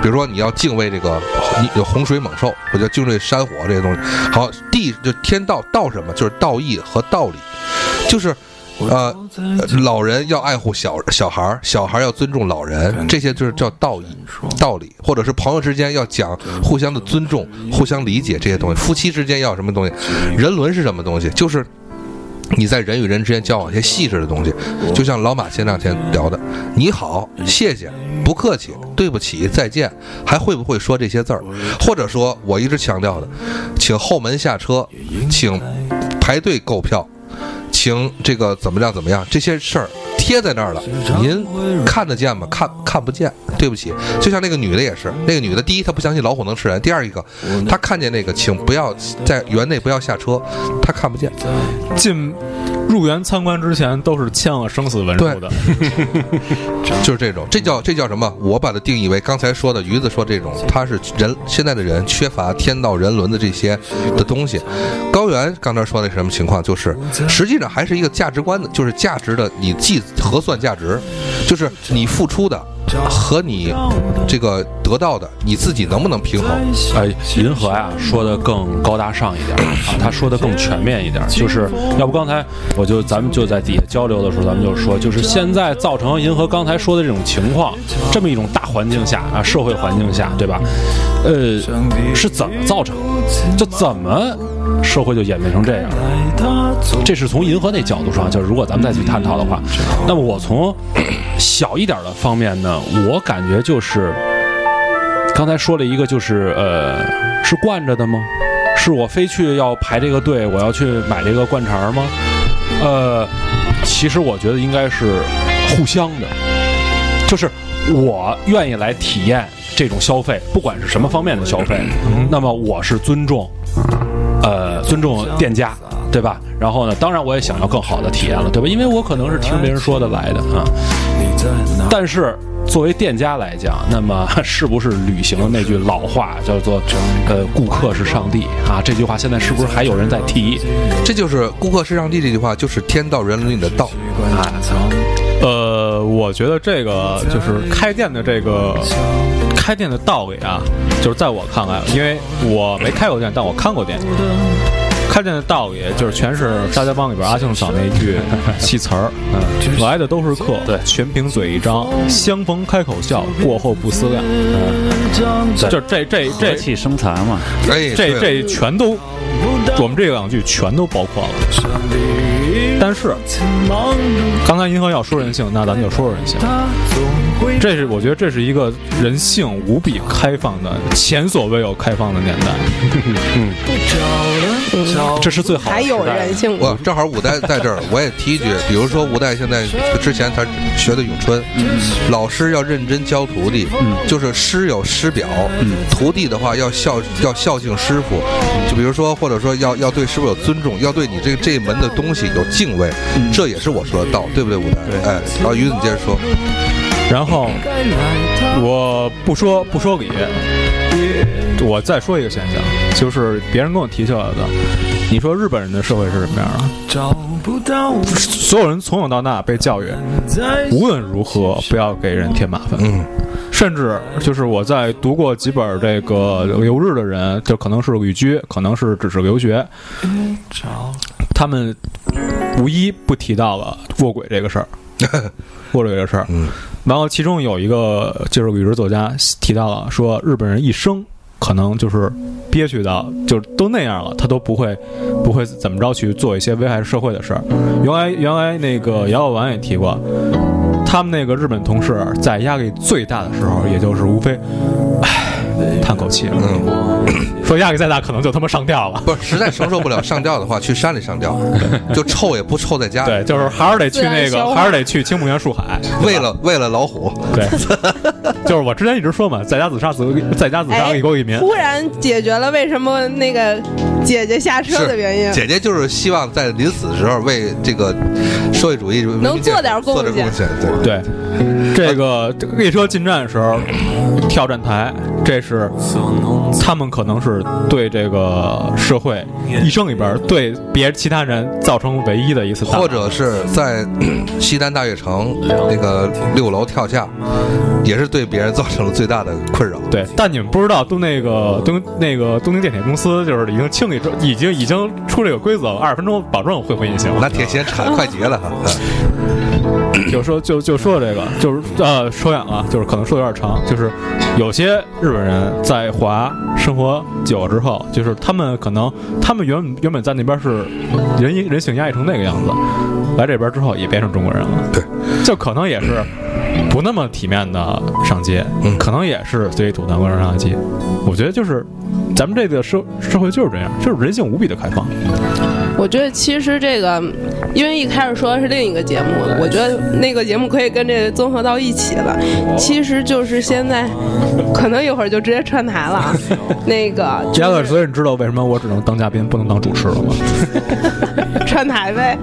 Speaker 5: 比如说你要敬畏这个你有洪水猛兽，我就敬畏山火这些东西。好，地就天道道什么？就是道义和道理，就是。呃，老人要爱护小小孩儿，小孩儿要尊重老人，这些就是叫道义、道理，或者是朋友之间要讲互相的尊重、互相理解这些东西。夫妻之间要什么东西？人伦是什么东西？就是你在人与人之间交往一些细致的东西，就像老马前两天聊的，你好，谢谢，不客气，对不起，再见，还会不会说这些字儿？或者说，我一直强调的，请后门下车，请排队购票，请这个怎么样怎么样，这些事儿贴在那儿了，您看得见吗？看看不见，对不起。就像那个女的也是，那个女的，第一她不相信老虎能吃人，第二一个她看见那个，请不要在园内不要下车，她看不见。
Speaker 2: 进入园参观之前都是签了生死文书的，
Speaker 5: 就是这种，这叫这叫什么？我把它定义为刚才说的鱼子说这种，它是人现在的人缺乏天道人伦的这些的东西。高原刚才说的什么情况？就是实际上还是一个价值观的，就是价值的，你计核算价值，就是你付出的和你这个得到的，你自己能不能平衡？
Speaker 4: 呃，银河呀、说的更高大上一点儿啊，他说的更全面一点儿，就是要不刚才我就咱们就在底下交流的时候，咱们就说，就是现在造成银河刚才说的这种情况，这么一种大环境下啊，社会环境下，对吧？呃，是怎么造成的？就怎么社会就演变成这样？这是从银河那角度上，就是如果咱们再去探讨的话，那么我从小一点的方面呢，我感觉就是。刚才说了一个，就是呃，是惯着的吗？是我非去要排这个队，我要去买这个灌肠吗？呃，其实我觉得应该是互相的，就是我愿意来体验这种消费，不管是什么方面的消费，那么我是尊重，呃，尊重店家。对吧？然后呢？当然，我也想要更好的体验了，对吧？因为我可能是听别人说的来的啊。但是作为店家来讲，那么 是不是履行了那句老话，叫做“呃，顾客是上帝”啊？这句话现在是不是还有人在提？
Speaker 5: 这就是“顾客是上帝”这句话，就是天道人伦里的道。
Speaker 2: 呃，我觉得这个就是开店的这个开店的道理啊，就是在我看来，因为我没开过店，但我看过店。开店的道理就是全是沙家浜里边阿庆嫂那一句戏词儿，嗯，来的都是客，对，全凭嘴一张，相逢开口笑，过后不思量，嗯就这这
Speaker 6: 和
Speaker 2: 这
Speaker 6: 气生财嘛，
Speaker 5: 哎，对
Speaker 2: 这
Speaker 5: 了
Speaker 2: 这全都，我们这两句全都包括了。但是刚才银河要说人性，那咱们就说说人性。这是我觉得这是一个人性无比开放的、前所未有开放的年代。
Speaker 4: 这是最好的
Speaker 3: 还
Speaker 4: 时代。
Speaker 3: 有人 性哎
Speaker 5: 我
Speaker 3: 吗？
Speaker 5: 正好吴代在这儿，我也提一句，比如说吴代现在之前他学的咏春，老师要认真教徒弟，就是师有师表，徒弟的话要孝要孝敬师傅，就比如说或者说要要对师傅有尊重，要对你这个这一门的东西有敬畏，这也是我说的道，对不对，吴代？哎，然后于子你接着说，
Speaker 2: 然后我不说不说理，我再说一个现象，就是别人跟我提起来的。你说日本人的社会是什么样啊？
Speaker 1: 找不到我
Speaker 2: 所有人从小到大被教育，
Speaker 1: 在
Speaker 2: 无论如何不要给人添麻烦。
Speaker 5: 嗯，
Speaker 2: 甚至就是我在读过几本这个留日的人，就可能是旅居，可能是只是留学，他们无一不提到了卧轨这个事儿，卧轨这个事儿。
Speaker 5: 嗯
Speaker 2: 然后其中有一个就是旅日作家提到了说，日本人一生可能就是憋屈到就都那样了，他都不会不会怎么着去做一些危害社会的事儿。原来原来那个姚小丸也提过，他们那个日本同事在压力最大的时候，也就是无非，唉，叹口气了，
Speaker 5: 嗯，
Speaker 2: 说压力再大可能就他妈上吊了。
Speaker 5: 不是实在承受不了上吊的话，去山里上吊，就臭也不臭在家里，
Speaker 2: 对，就是还是得去那
Speaker 3: 自然消
Speaker 2: 个，
Speaker 3: 化
Speaker 2: 还是得去青木原树海。
Speaker 5: 为了为了老虎，
Speaker 2: 对，就是我之前一直说嘛，在家自杀死个在家自杀
Speaker 3: 哎
Speaker 2: 一国一民。
Speaker 3: 突然解决了为什么那个姐姐下车的原因。
Speaker 5: 姐姐就是希望在临死的时候为这个社会主义
Speaker 3: 能做点贡
Speaker 5: 做点贡献，对。
Speaker 2: 对，这个这个列车进站的时候跳站台，这是他们可能是对这个社会一生里边儿对别其他人造成唯一的一次打击，
Speaker 5: 或者是在 西单大悦城那个六楼跳下，也是对别人造成了最大的困扰。
Speaker 2: 对，但你们不知道东那个东那个东京电铁公司就是已经清理，已经已经出这个规则了，二十分钟保证恢复运行。
Speaker 5: 拿铁锨铲快捷了哈，哎
Speaker 2: 就说就就说这个，就是呃，说远了，就是可能说有点长，就是有些日本人在华生活久了之后，就是他们可能他们原原本在那边是人人性压抑成那个样子，来这边之后也变成中国人了。
Speaker 5: 对，
Speaker 2: 就可能也是不那么体面的上街，
Speaker 5: 嗯
Speaker 2: 可能也是随地吐痰、关上垃圾。我觉得就是咱们这个社社会就是这样，就是人性无比的开放。
Speaker 3: 我觉得其实这个，因为一开始说的是另一个节目，我觉得那个节目可以跟这综合到一起了。其实就是现在，可能一会儿就直接串台了 啊。那个
Speaker 2: 杰克，所以你知道为什么我只能当嘉宾，不能当主持了吗？
Speaker 3: 串台呗，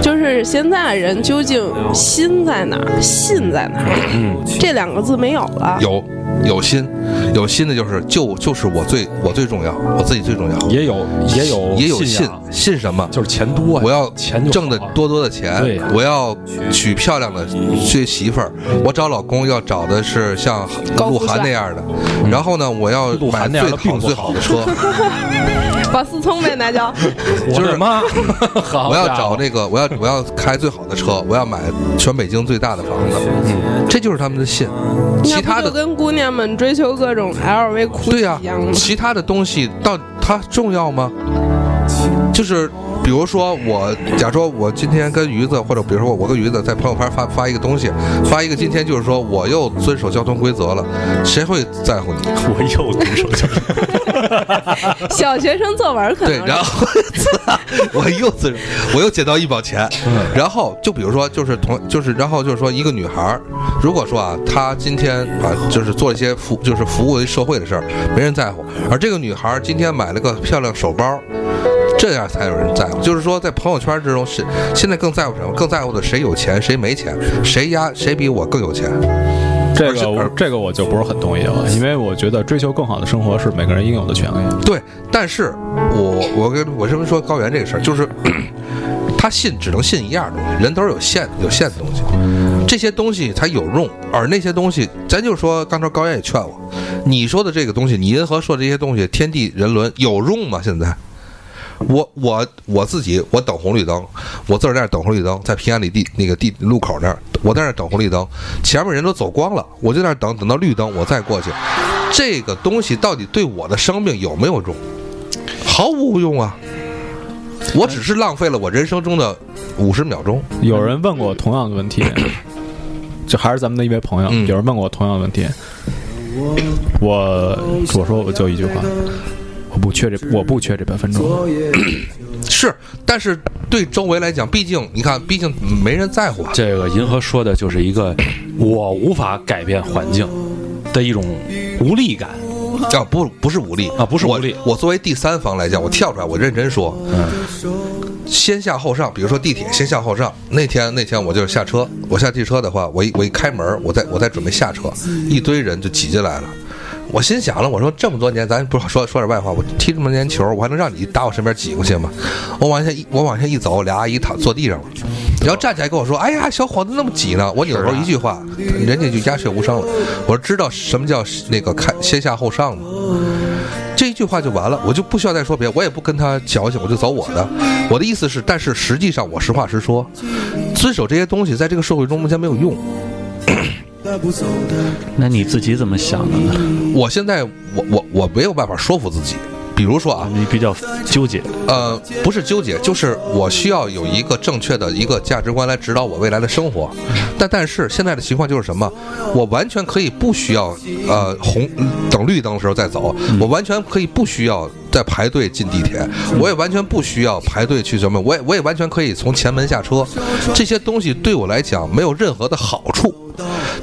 Speaker 3: 就是现在人究竟心在哪儿，信在哪儿，
Speaker 5: 嗯
Speaker 3: 这两个字没有了。
Speaker 5: 有有心，有心的就是就就是我最我最重要，我自己最重要。
Speaker 4: 也有也有
Speaker 5: 也有
Speaker 4: 信
Speaker 5: 信
Speaker 4: 仰，
Speaker 5: 信什么？
Speaker 4: 就是钱多呀，
Speaker 5: 我要
Speaker 4: 钱就
Speaker 5: 挣的
Speaker 4: 好啊
Speaker 5: 多多的钱
Speaker 4: 对呀，
Speaker 5: 我要娶漂亮的这媳妇儿，我找老公要找的是像
Speaker 3: 高
Speaker 5: 鹿
Speaker 3: 富帅
Speaker 5: 晗那样的，然后呢，我要
Speaker 4: 嗯鹿
Speaker 5: 买
Speaker 4: 晗那
Speaker 5: 最
Speaker 4: 样的并
Speaker 5: 好
Speaker 4: 不
Speaker 5: 最好的车，
Speaker 3: 把思聪呗，那就
Speaker 4: 我 的妈！好
Speaker 5: 我要
Speaker 4: 家伙
Speaker 5: 找那个，我要我要开最好的车，我要买全北京最大的房子，
Speaker 4: 嗯
Speaker 5: 这就是他们的信，其他
Speaker 3: 那不就
Speaker 5: 的
Speaker 3: 跟姑娘们追求各种 LV、酷
Speaker 5: 对呀、
Speaker 3: 一样吗？
Speaker 5: 其他的东西到它重要吗？就是比如说我，假如说我今天跟鱼子，或者比如说我跟鱼子在朋友圈发发一个东西，发一个今天就是说我又遵守交通规则了，谁会在乎你？
Speaker 6: 我又 读手机，
Speaker 3: 小学生作文可
Speaker 5: 对，
Speaker 3: 能
Speaker 5: 然后 我又自我又捡到一毛钱，
Speaker 3: 嗯
Speaker 5: 然后就比如说就是同就是然后就是说一个女孩儿，如果说啊她今天啊就是做一些服就是服务于社会的事儿，没人在乎，而这个女孩儿今天买了个漂亮手包。这样才有人在乎，就是说，在朋友圈之中是现在更在乎什么？更在乎的谁有钱，谁没钱，谁压谁比我更有钱。
Speaker 2: 这
Speaker 5: 而是
Speaker 2: 个我
Speaker 5: 而
Speaker 2: 这个我就不是很同意了，因为我觉得追求更好的生活是每个人应有的权利。
Speaker 5: 对，但是我我跟我为什么说高原这个事儿，就是 他信只能信一样东西，人都是有限有限的东西，这些东西才有用，而那些东西，咱就说刚才高原也劝我，你说的这个东西，你银河说的这些东西，天地人伦有用吗？现在？我我我自己，我等红绿灯，我自个儿在那儿等红绿灯，在平安里地那个地路口那儿，我在那儿等红绿灯，前面人都走光了，我就在那儿等，等到绿灯我再过去。这个东西到底对我的生命有没有用？毫无用啊！我只是浪费了我人生中的五十秒钟。
Speaker 2: 有人问过我同样的问题， 就还是咱们的一位朋友，
Speaker 5: 嗯
Speaker 2: 有人问过我同样的问题，我我说我就一句话，我不缺这我不缺这半分钟，
Speaker 5: 是，但是对周围来讲，毕竟你看，毕竟没人在乎啊。
Speaker 4: 这个银河说的就是一个我无法改变环境的一种无力感。
Speaker 5: 啊，不，不是武力
Speaker 4: 啊不是武力嗯
Speaker 5: 我。我作为第三方来讲，我跳出来，我认真说，先下后上。比如说地铁，先下后上。那天那天我就是下车，我下地车的话，我一我一开门，我在我在准备下车，一堆人就挤进来了。我心想了，我说这么多年，咱不是说说点外话，我踢这么多年球，我还能让你打我身边挤过去吗？我往下一我往下一走，俩阿姨躺坐地上了，然后站起来跟我说：“哎呀，小伙子那么挤呢。”我扭头一句话，人家就鸦雀无声了。我说知道什么叫那个开先下后上吗？这一句话就完了，我就不需要再说别的，我也不跟他矫情，我就走我的。我的意思是，但是实际上我实话实说，遵守这些东西在这个社会中目前没有用。
Speaker 6: 那你自己怎么想的呢？
Speaker 5: 我现在我我我没有办法说服自己，比如说啊，
Speaker 6: 你比较纠结，
Speaker 5: 呃，不是纠结，就是我需要有一个正确的一个价值观来指导我未来的生活。但但是现在的情况就是什么？我完全可以不需要呃红等绿灯的时候再走，我完全可以不需要再排队进地铁，我也完全不需要排队去什么，我也我也完全可以从前门下车。这些东西对我来讲没有任何的好处。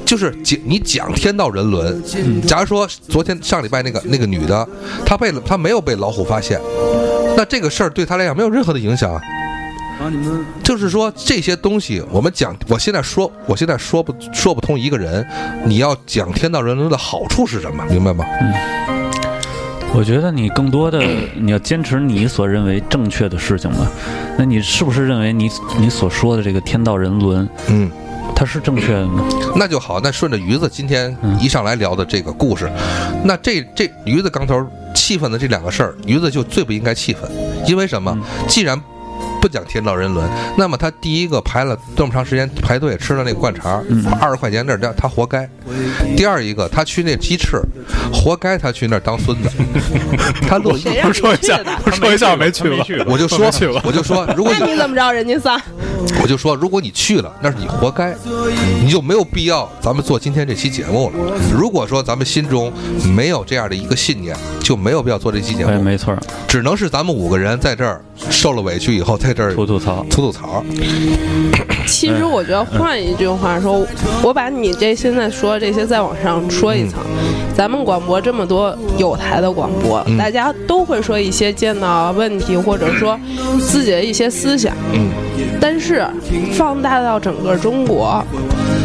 Speaker 5: 就是讲你讲天道人伦，假如说昨天上礼拜那个那个女的，她被她没有被老虎发现，那这个事儿对他来讲没有任何的影响啊。就是说这些东西，我们讲，我现在说，我现在说不说不通一个人，你要讲天道人伦的好处是什么，明白吗？
Speaker 6: 我觉得你更 多的你要坚持你所认为正确的事情吧。那你是不是认为你你所说的这个天道人伦，
Speaker 5: 嗯，
Speaker 6: 它是正确的呢？
Speaker 5: 那就好。那顺着鱼子今天
Speaker 6: 嗯
Speaker 5: 一上来聊的这个故事，那这这鱼子刚头气愤的这两个事儿，鱼子就最不应该气愤，因为什么？既然不讲天道人伦，那么他第一个排了这么长时间排队吃了那个灌肠，二十块钱那儿，他活该。第二一个，他去那鸡翅，活该他去那儿当孙子，他乐意。
Speaker 3: 谁让 你
Speaker 2: 说一
Speaker 3: 去
Speaker 2: 下
Speaker 3: 的？
Speaker 2: 说一下我没去过，
Speaker 5: 我就说
Speaker 2: 没去 过，
Speaker 5: 我就说，如果
Speaker 3: 那
Speaker 5: 你
Speaker 3: 你怎么知道人家仨？
Speaker 5: 我就说，如果你去了，那是你活该，你就没有必要咱们做今天这期节目了。如果说咱们心中没有这样的一个信念，就没有必要做这期节
Speaker 6: 哎，
Speaker 5: 目，
Speaker 6: 没错儿，
Speaker 5: 只能是咱们五个人在这儿受了委屈以后，在这儿
Speaker 6: 吐
Speaker 5: 吐
Speaker 6: 吐槽。
Speaker 5: 吐槽。
Speaker 3: 其实我觉得换一句话说，我把你这现在说的这些再往上说一层。咱们广播这么多有台的广播，
Speaker 5: 嗯
Speaker 3: 大家都会说一些见到问题或者说自己的一些思想。
Speaker 5: 嗯，
Speaker 3: 但是放大到整个中国，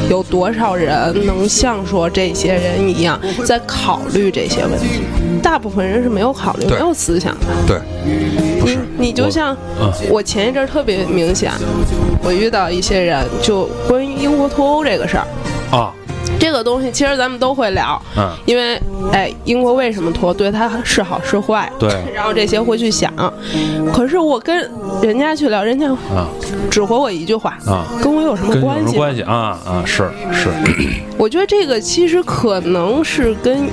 Speaker 3: 有多少人能像说这些人一样在考虑这些问题？大部分人是没有考虑、
Speaker 5: 对
Speaker 3: 没有思想的。
Speaker 5: 对，不
Speaker 3: 你
Speaker 5: 是
Speaker 3: 嗯你就像
Speaker 4: 嗯
Speaker 3: 我前一阵儿特别明显，我遇到一些人，就关于英国脱欧这个事儿，
Speaker 4: 啊，
Speaker 3: 这个东西其实咱们都会聊，
Speaker 4: 嗯，
Speaker 3: 因为哎，英国为什么脱，对它是好是坏，
Speaker 4: 对
Speaker 3: 然后这些会去想。可是我跟人家去聊，人家
Speaker 4: 啊
Speaker 3: 只回我一句话，
Speaker 4: 啊，
Speaker 3: 跟我有什么
Speaker 4: 跟有什
Speaker 3: 关
Speaker 4: 么
Speaker 3: 系？
Speaker 4: 关系啊啊？是是，
Speaker 3: 我觉得这个其实可能是跟，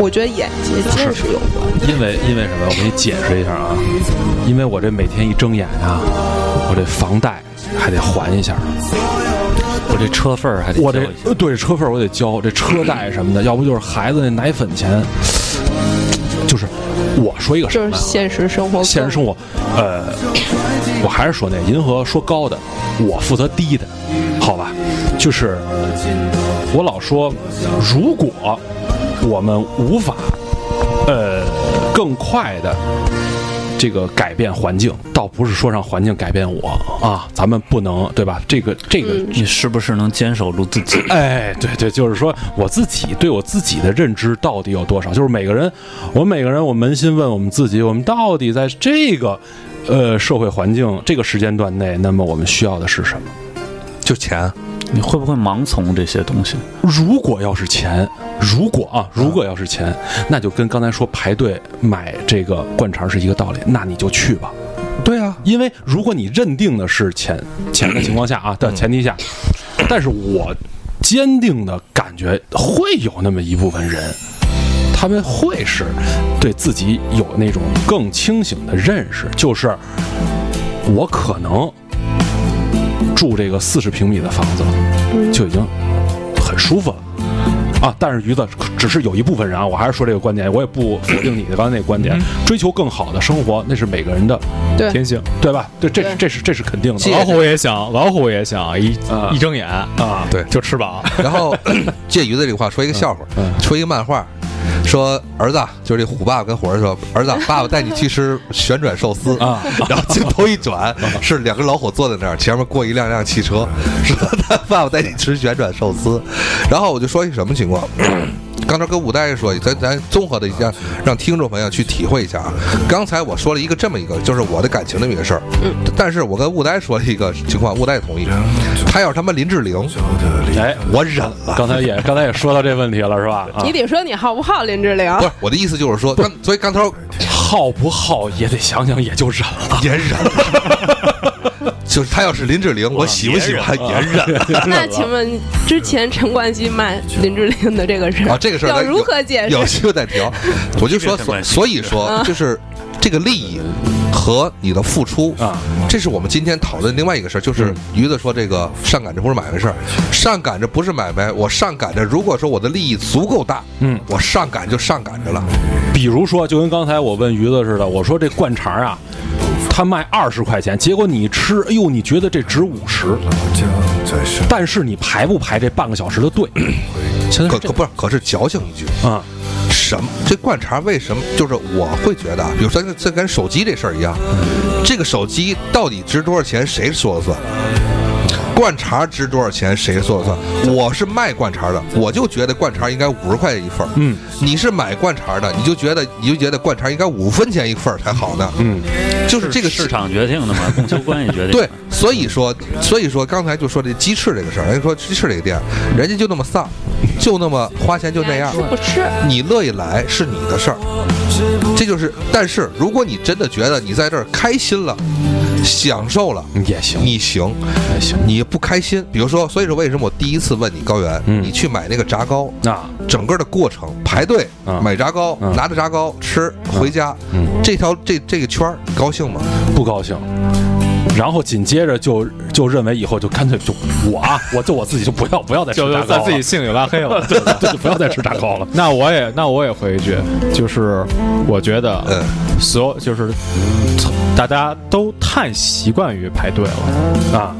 Speaker 3: 我觉得眼界见识有关。
Speaker 4: 因为因为什么？我给你解释一下啊，因为我这每天一睁眼啊，我这房贷还得还一下，
Speaker 6: 我这车份儿还得
Speaker 4: 我
Speaker 6: 交
Speaker 4: 这
Speaker 6: 一下
Speaker 4: 呃对车费我得交，这车贷什么的，要不就是孩子那奶粉钱，就是我说一个什
Speaker 3: 就是
Speaker 4: 么啊？
Speaker 3: 现实生活，
Speaker 4: 现实生活，呃，我还是说那银河说高的，我负责低的，好吧？就是我老说，如果我们无法呃更快的这个改变环境，倒不是说让环境改变我啊，咱们不能对吧？这个这个。
Speaker 6: 你是不是能坚守住自己？
Speaker 4: 哎，对对，就是说我自己对我自己的认知到底有多少？就是每个人，我们每个人，我扪心问我们自己，我们到底在这个呃社会环境、这个时间段内，那么我们需要的是什么？
Speaker 5: 就钱，
Speaker 6: 你会不会盲从这些东西？
Speaker 4: 如果要是钱，如果啊，如果要是钱，那就跟刚才说排队买这个灌肠是一个道理，那你就去吧。
Speaker 5: 对啊，
Speaker 4: 因为如果你认定的是钱钱的情况下啊的前提下，但是我坚定的感觉会有那么一部分人，他们会是对自己有那种更清醒的认识，就是我可能住这个四十平米的房子就已经很舒服了。啊，但是鱼子只是有一部分人啊，我还是说这个观点，我也不否定你的刚才那个观点，追求更好的生活，那是每个人的
Speaker 3: 对
Speaker 2: 天性。
Speaker 4: 对吧？对，这
Speaker 3: 对
Speaker 4: 是这是这是肯定的
Speaker 5: 借
Speaker 2: 老虎也想，老虎也想，一
Speaker 4: 啊
Speaker 2: 一睁眼
Speaker 4: 啊。
Speaker 5: 对
Speaker 2: 就吃饱。
Speaker 5: 然后借鱼的这个话说一个笑话，
Speaker 4: 嗯
Speaker 5: 说一个漫画，说儿子就是这虎爸爸跟虎儿说，儿子，爸爸带你去吃旋转寿司
Speaker 4: 啊，
Speaker 5: 然后镜头一转，是两个老虎坐在那儿，前面过一辆辆汽车，说他爸爸带你吃旋转寿司，然后我就说一什么情况。刚才跟武大爷说，咱咱综合的一下，让听众朋友去体会一下啊。刚才我说了一个这么一个，就是我的感情这么一个事儿，但是我跟武大爷说了一个情况，武大爷同意，他要是他妈林志玲，
Speaker 4: 哎，
Speaker 5: 我忍了。
Speaker 4: 刚才 也刚才也说到这问题了，是吧？啊
Speaker 3: 你，得说你好不好，林志玲。
Speaker 5: 不是我的意思，就是说，刚所以刚才我
Speaker 4: 好不好也得想想，也就忍了。
Speaker 5: 也忍了， 就是他要是林志玲，我喜不喜欢也忍了。
Speaker 3: 那请问之前陈冠希骂林志玲的这个事
Speaker 5: 啊，这个事儿
Speaker 3: 要
Speaker 5: 咱
Speaker 3: 如何解释嗯
Speaker 5: 有？机会再聊。我就说，
Speaker 6: 这个
Speaker 5: 所
Speaker 6: 关系
Speaker 5: 所以说，就是这个利益和你的付出
Speaker 4: 啊，
Speaker 5: 这是我们今天讨论另外一个事儿，就是鱼子说这个上赶着不是买卖事儿，上赶着不是买卖，我上赶着，如果说我的利益足够大，
Speaker 4: 嗯
Speaker 5: 我上赶就上赶着了，
Speaker 4: 比如说，就跟刚才我问鱼子似的，我说这灌肠啊，他卖二十块钱，结果你吃，哎呦，你觉得这值五十，但是你排不排这半个小时的队？现在
Speaker 5: 可
Speaker 4: 是这
Speaker 5: 可不是，可是矫情一句，
Speaker 4: 啊，
Speaker 5: 什么？这灌肠为什么？就是我会觉得，啊，比如说这跟手机这事儿一样，
Speaker 4: 嗯
Speaker 5: 这个手机到底值多少钱，谁说了算？灌肠值多少钱，谁说了算？我是卖灌肠的，我就觉得灌肠应该五十块钱一份儿。
Speaker 4: 嗯，
Speaker 5: 你是买灌肠的，你就觉得你就觉得灌肠应该五分钱一份儿才好呢。
Speaker 4: 嗯，
Speaker 5: 就是这个
Speaker 6: 市
Speaker 5: 场。
Speaker 6: 场决定的 嘛，供求关系决定。
Speaker 5: 对，，所以说，所以说刚才就说这鸡翅这个事儿，人家说鸡翅这个店，人家就那么丧，就那么花钱就那样，
Speaker 3: 不吃，
Speaker 5: 你乐意来是你的事儿，这就是。但是如果你真的觉得你在这儿开心了，享受了，
Speaker 4: 嗯也行，
Speaker 5: 你行，
Speaker 4: 也行
Speaker 5: 你不开心，比如说，所以说为什么我第一次问你高原，
Speaker 4: 嗯
Speaker 5: 你去买那个炸糕，
Speaker 4: 啊，
Speaker 5: 整个的过程排队
Speaker 4: 啊
Speaker 5: 买炸糕，
Speaker 4: 嗯
Speaker 5: 拿着炸糕吃回家，
Speaker 4: 嗯
Speaker 5: 这条这这个圈儿高兴吗？
Speaker 4: 不高兴。然后紧接着就就认为以后就干脆就我啊，我就我自己就不要不要再吃
Speaker 2: 就
Speaker 4: 炸
Speaker 2: 就
Speaker 4: 糕
Speaker 2: 在
Speaker 4: 了，。
Speaker 2: 自己心里拉黑了
Speaker 4: 对对对，就不要再吃炸糕了。
Speaker 2: 那我也那我也回一句，就是我觉得
Speaker 5: 嗯，
Speaker 2: 所有就是大家都太习惯于排队了。
Speaker 4: 啊，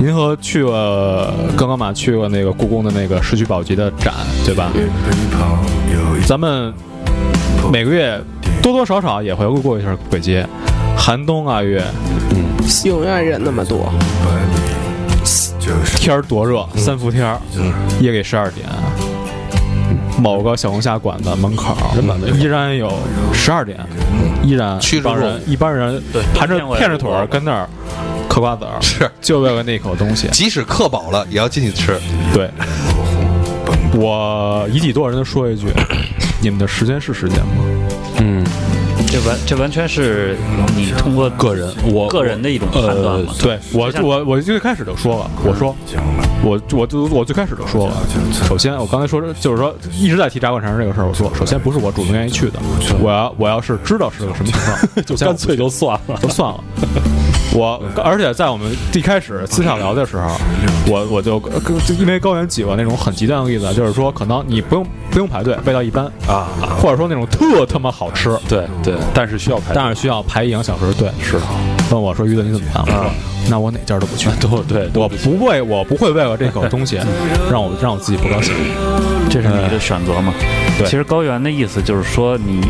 Speaker 2: 您和去过刚刚嘛去过那个故宫的那个市区宝笈的展，对吧？咱们每个月多多少少也会过一下鬼街，寒冬腊月
Speaker 3: 永远人那么多。
Speaker 2: 天儿多热，
Speaker 5: 嗯
Speaker 2: 三伏天儿，夜里十二点，某个小龙虾馆子门口依然有十二点，依然
Speaker 5: 嗯趋
Speaker 2: 一
Speaker 5: 之若
Speaker 2: 帮
Speaker 5: 鹜
Speaker 2: 人一帮人
Speaker 6: 对
Speaker 2: 盘着
Speaker 6: 冬天我也
Speaker 2: 片着腿儿跟那儿嗑瓜子儿，
Speaker 5: 是
Speaker 2: 就为了那口东西。
Speaker 5: 即使刻饱了也要进去吃。
Speaker 2: 对，我以己度人的说 一句，你们的时间是时间吗？
Speaker 4: 嗯，
Speaker 6: 这完这完全是你通过
Speaker 4: 个人我
Speaker 6: 个人的一种判断嘛。
Speaker 5: 呃
Speaker 2: 对我
Speaker 6: 像
Speaker 2: 我我最开始就说了，我说我我就我最开始就说了，首先我刚才说的就是说一直在提炸灌肠这个事儿，我说首先不是我主动愿意去的，我要我要是知道是个什么情况，就
Speaker 4: 就干脆就算了。
Speaker 2: 就算了。我而且在我们一开始私下聊的时候，我我就呃就因为高原举过那种很极端的例子，就是说可能你不用不用排队，味道一般啊，或者说那种特他妈好吃，
Speaker 4: 对对，但是需要排队，
Speaker 2: 但是需要排一两小时队。是问我说于子你怎么办？我说那我哪家都不去。对
Speaker 4: 对
Speaker 2: 我不会，我不会为了这口东西让我让我自己不高兴。
Speaker 6: 这是你的选择嘛？
Speaker 2: 对
Speaker 5: 哎
Speaker 6: 其实高原的意思就是说你。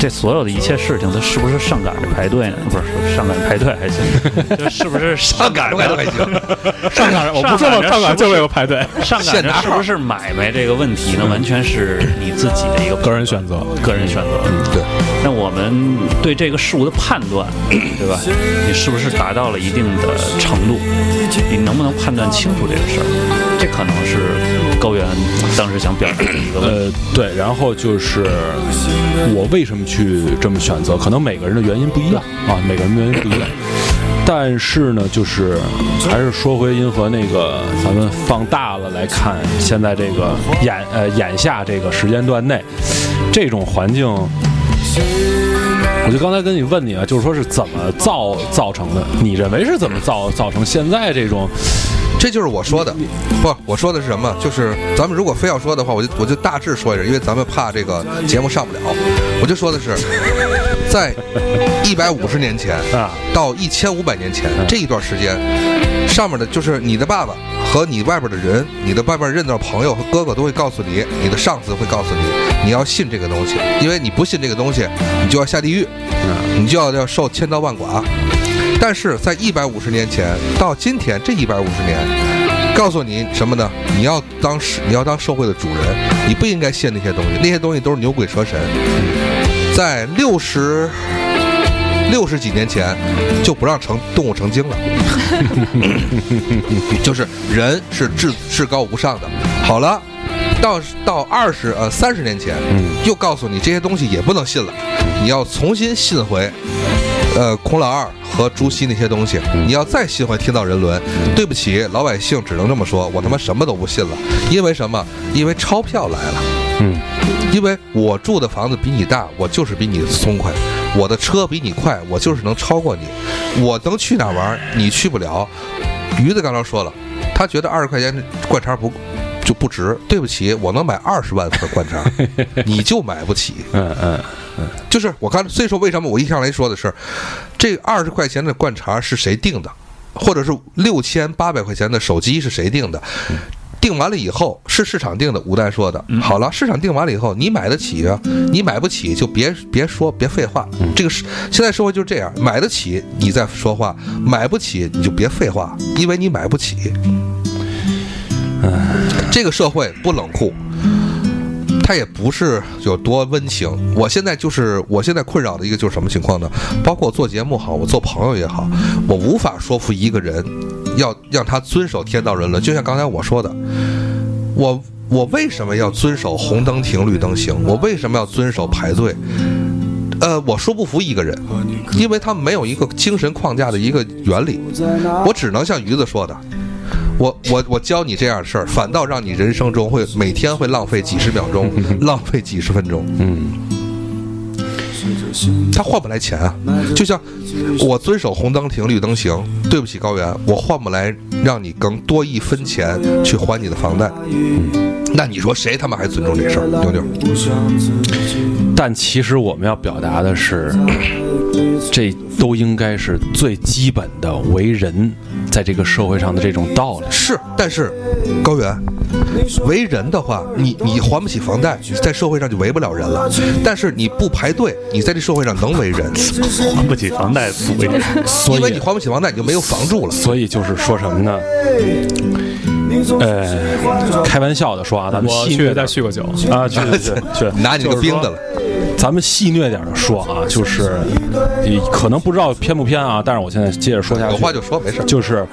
Speaker 6: 这所有的一切事情，它是不是上赶着排队呢？不是上赶着排队还行， 就是是不是上赶
Speaker 5: 赶着还行。
Speaker 2: 上岗我不是
Speaker 6: 上
Speaker 2: 为了
Speaker 6: 岗人
Speaker 2: 上岗
Speaker 6: 是不
Speaker 2: 就是为了排队，
Speaker 6: 上赶着是不是买卖这个问题呢？完全是你自己嗯的一个
Speaker 2: 个人选择。
Speaker 6: 个人选择。
Speaker 5: 对，
Speaker 6: 那我们对这个事物的判 断，对吧？你是不是达到了一定的程度？你能不能判断清楚这个事儿？这可能是高原当时想表达的一个问题。
Speaker 4: 呃，对，然后就是我为什么去这么选择，可能每个人的原因不一样啊，每个人的原因不一样。但是呢，就是还是说回银河那个，咱们放大了来看，现在这个眼呃眼下这个时间段内，这种环境，我就刚才跟你问你啊，就是说是怎么造造成的？你认为是怎么造造成现在这种
Speaker 5: 这就是我说的，不，我说的是什么？就是咱们如果非要说的话，我就我就大致说一下，因为咱们怕这个节目上不了，我就说的是，在一百五十年前
Speaker 4: 啊
Speaker 5: 到一千五百年前这一段时间，上面的就是你的爸爸和你外边的人，你的外边认到的朋友和哥哥都会告诉你，你的上司会告诉你，你要信这个东西，因为你不信这个东西，你就要下地狱，你就要要受千刀万剐。但是在一百五十年前到今天这一百五十年，告诉你什么呢？你要当时你要当社会的主人，你不应该信那些东西，那些东西都是牛鬼蛇神。在六十六十几年前就不让成动物成精了， 就是人是至至高无上的。好了。到到二十呃三十年前，又告诉你这些东西也不能信了，你要重新信回呃，孔老二和朱熹那些东西，
Speaker 4: 嗯
Speaker 5: 你要再信会天道人伦，对不起，老百姓只能这么说，我他妈什么都不信了，因为什么？因为钞票来了，嗯，因为我住的房子比你大，我就是比你松快，我的车比你快，我就是能超过你，我能去哪儿玩儿，你去不了。鱼子刚才说了，他觉得二十块钱灌肠不。就不值，对不起，我能买二十万份灌肠， 你就买不起。
Speaker 4: 嗯嗯
Speaker 5: 就是我刚，所以说为什么我一上来说的是，这二十块钱的灌肠是谁定的，或者是六千八百块钱的手机是谁定的？定完了以后是市场定的，吴丹说的。好了，市场定完了以后，你买得起啊，你买不起就别别说别废话。这个是现在社会就是这样，买得起你再说话，买不起你就别废话，因为你买不起。这个社会不冷酷，它嗯也不是有多温情。我现在就是我现在困扰的一个就是什么情况呢？包括我做节目好，我做朋友也好，我无法说服一个人要让他遵守天道人伦。就像刚才我说的，我我为什么要遵守红灯停，绿灯行？我为什么要遵守排队？呃，我说不服一个人，因为他没有一个精神框架的一个原理，我只能像鱼子说的，我我我教你这样的事儿，反倒让你人生中会每天会浪费几十秒钟， 浪费几十分钟。
Speaker 4: 嗯，
Speaker 5: 他换不来钱啊。就像我遵守红灯停，绿灯行，对不起高原，我换不来让你更多一分钱去还你的房贷。那你说谁他妈还尊重这事儿？牛牛，
Speaker 4: 但其实我们要表达的是，这都应该是最基本的为人在这个社会上的这种道理。
Speaker 5: 是，但是高原，为人的话，你你还不起房贷，你在社会上就为不了人了。但是你不排队，你在这社会上能为人，
Speaker 6: 还呃不起
Speaker 5: 呃
Speaker 6: 房贷不为
Speaker 4: 所
Speaker 5: 因为
Speaker 4: 以
Speaker 5: 你还不起房贷，你就没有房住了。
Speaker 4: 所以就是说什么呢？呃，开玩笑的说啊，咱们
Speaker 2: 我
Speaker 4: 戏
Speaker 2: 去
Speaker 4: 谑
Speaker 2: 再
Speaker 4: 的
Speaker 2: 续个酒，
Speaker 6: 啊，去去去，
Speaker 5: 拿你那个钉子了，
Speaker 4: 咱们戏谑点的说啊，就是你可能不知道偏不偏啊，但是我现在接着说下去，
Speaker 5: 有话就说，没事儿。
Speaker 4: 就是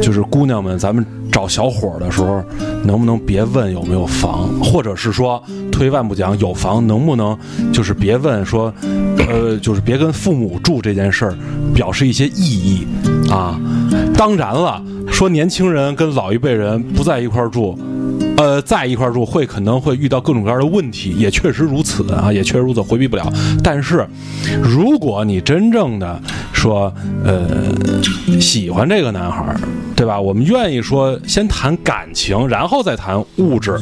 Speaker 4: 就是姑娘们，咱们找小伙儿的时候，能不能别问有没有房，或者是说退一万步讲，有房能不能就是别问说，呃，就是别跟父母住这件事儿表示一些异议啊。当然了，说年轻人跟老一辈人不在一块儿住。呃，在一块儿住会可能会遇到各种各样的问题，也确实如此啊，也确实如此，回避不了。但是，如果你真正的说，呃，喜欢这个男孩儿，对吧？我们愿意说先谈感情，然后再谈物质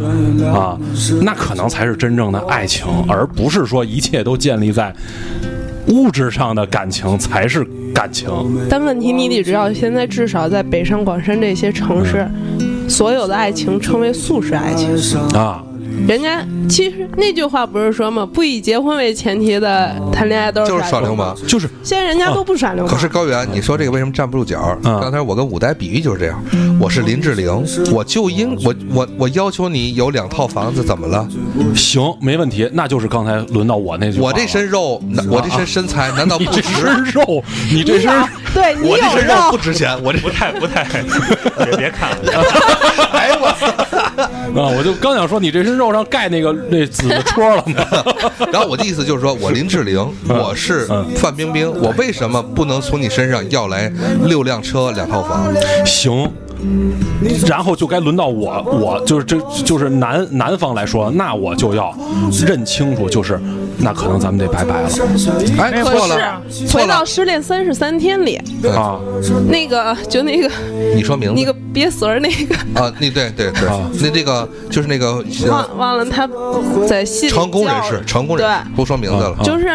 Speaker 4: 啊，那可能才是真正的爱情，而不是说一切都建立在物质上的感情才是感情。
Speaker 3: 但问题你得知道，现在至少在北上广深这些城市，
Speaker 5: 嗯
Speaker 3: 所有的爱情称为素食爱情。
Speaker 4: 啊，
Speaker 5: 嗯
Speaker 3: 人家其实那句话不是说嘛，不以结婚为前提的谈恋爱都
Speaker 5: 就是
Speaker 3: 是耍
Speaker 5: 耍流
Speaker 3: 流氓。
Speaker 5: 氓。哦
Speaker 4: 就是
Speaker 3: 现在人家都不耍流氓，
Speaker 5: 可是高原，你说这个为什么站不住脚？
Speaker 4: 嗯
Speaker 5: 刚才我跟武代比喻就是这样，我是林志玲，我就应我我我要求你有两套房子，怎么了？
Speaker 4: 行，没问题，那就是刚才轮到我那句话了。
Speaker 5: 我这身肉，难我这身身材，难道
Speaker 4: 你
Speaker 5: 不
Speaker 4: 这
Speaker 5: 值？
Speaker 4: 身 肉，你这
Speaker 3: 你
Speaker 4: 身
Speaker 3: 有对你
Speaker 5: 我这
Speaker 3: 有
Speaker 5: 身肉不
Speaker 3: 肉，
Speaker 5: 值钱，哎我这
Speaker 6: 不太不太，别别看了，
Speaker 5: 哎
Speaker 4: 啊，我就刚想说你这身肉上盖那个那紫的戳了呢。
Speaker 5: 然后我的意思就是说，我林志玲，
Speaker 4: 嗯
Speaker 5: 我是范冰冰，我为什么不能从你身上要来六辆车、两套房？
Speaker 4: 行，然后就该轮到我，我就是这就是男男方来说，那我就要认清楚，就是那可能咱们得拜拜了
Speaker 5: 哎，
Speaker 3: 可
Speaker 5: 错
Speaker 3: 是
Speaker 5: 了，错
Speaker 3: 回
Speaker 5: 了
Speaker 3: 到，失恋三十三天里，
Speaker 5: 对
Speaker 4: 啊！
Speaker 3: 那个就那个
Speaker 5: 你说名
Speaker 3: 那
Speaker 5: 字
Speaker 3: 个憋死儿那个，
Speaker 5: 啊？那对对对
Speaker 4: 啊，
Speaker 5: 那这个就是那个呃
Speaker 3: 忘忘了他在戏里
Speaker 5: 成功人
Speaker 3: 叫
Speaker 5: 士，成功人士
Speaker 3: 对，
Speaker 5: 不说名字了
Speaker 4: 啊。
Speaker 3: 就是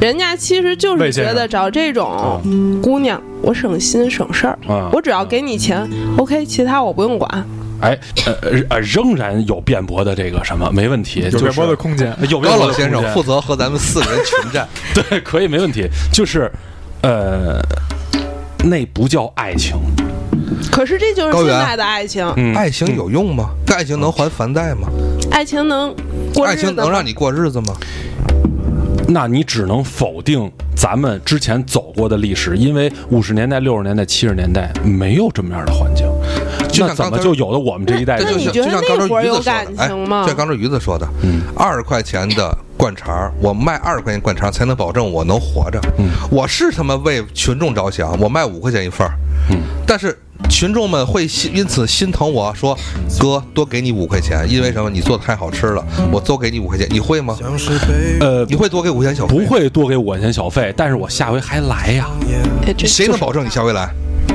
Speaker 3: 人家其实就是觉得找这种姑娘，我省心省事儿
Speaker 4: 哦啊，
Speaker 3: 我只要给你钱，OK，其他我不用管。
Speaker 4: 哎，呃呃，仍然有辩驳的这个什么，没问题，
Speaker 2: 有
Speaker 4: 就是哎
Speaker 2: 这波的空间。
Speaker 4: 有辩
Speaker 5: 高
Speaker 4: 驳
Speaker 5: 老
Speaker 4: 的
Speaker 5: 先
Speaker 4: 空
Speaker 5: 生
Speaker 4: 间
Speaker 5: 负责和咱们四个人群战，
Speaker 4: 对，可以，没问题。就是，呃，那不叫爱情，
Speaker 3: 可是这就是
Speaker 5: 高
Speaker 3: 现
Speaker 5: 原
Speaker 3: 在的爱情，
Speaker 4: 嗯，
Speaker 5: 爱情有用吗？爱情能还房贷吗？
Speaker 3: 爱情能过
Speaker 5: 爱
Speaker 3: 日子
Speaker 5: 情能
Speaker 3: 吗？
Speaker 5: 让你过日子吗？
Speaker 4: 那你只能否定咱们之前走过的历史，因为五十年代、六十年代、七十年代没有这么样的环境，
Speaker 5: 就像
Speaker 4: 那怎
Speaker 5: 刚
Speaker 4: 么
Speaker 5: 才
Speaker 4: 就有了我们这一代
Speaker 5: 这
Speaker 3: 那
Speaker 5: 就
Speaker 4: 人
Speaker 3: 你
Speaker 5: 像
Speaker 3: 觉得
Speaker 5: 就像刚才
Speaker 3: 那会儿
Speaker 5: 鱼
Speaker 3: 有
Speaker 5: 子说
Speaker 3: 感
Speaker 5: 的，哎，
Speaker 3: 情吗
Speaker 5: 就像刚才鱼子说的，
Speaker 4: 嗯
Speaker 5: 二十块钱的灌肠儿，我卖二十块钱灌肠儿才能保证我能活着。
Speaker 4: 嗯
Speaker 5: 我是他妈为群众着想，我卖五块钱一份儿，
Speaker 4: 嗯
Speaker 5: 但是群众们会心因此心疼我说，
Speaker 4: 嗯
Speaker 5: 哥多给你五块钱，因为什么？你做的太好吃了，我多给你五块钱，你会吗？
Speaker 1: 像是被
Speaker 4: 呃，
Speaker 5: 你会多给五块钱小费
Speaker 4: 不
Speaker 5: 吗？
Speaker 4: 会多给我五块钱小费，但是我下回还来呀。
Speaker 3: 哎这
Speaker 5: 谁能保证你下回
Speaker 4: 啊
Speaker 5: 来？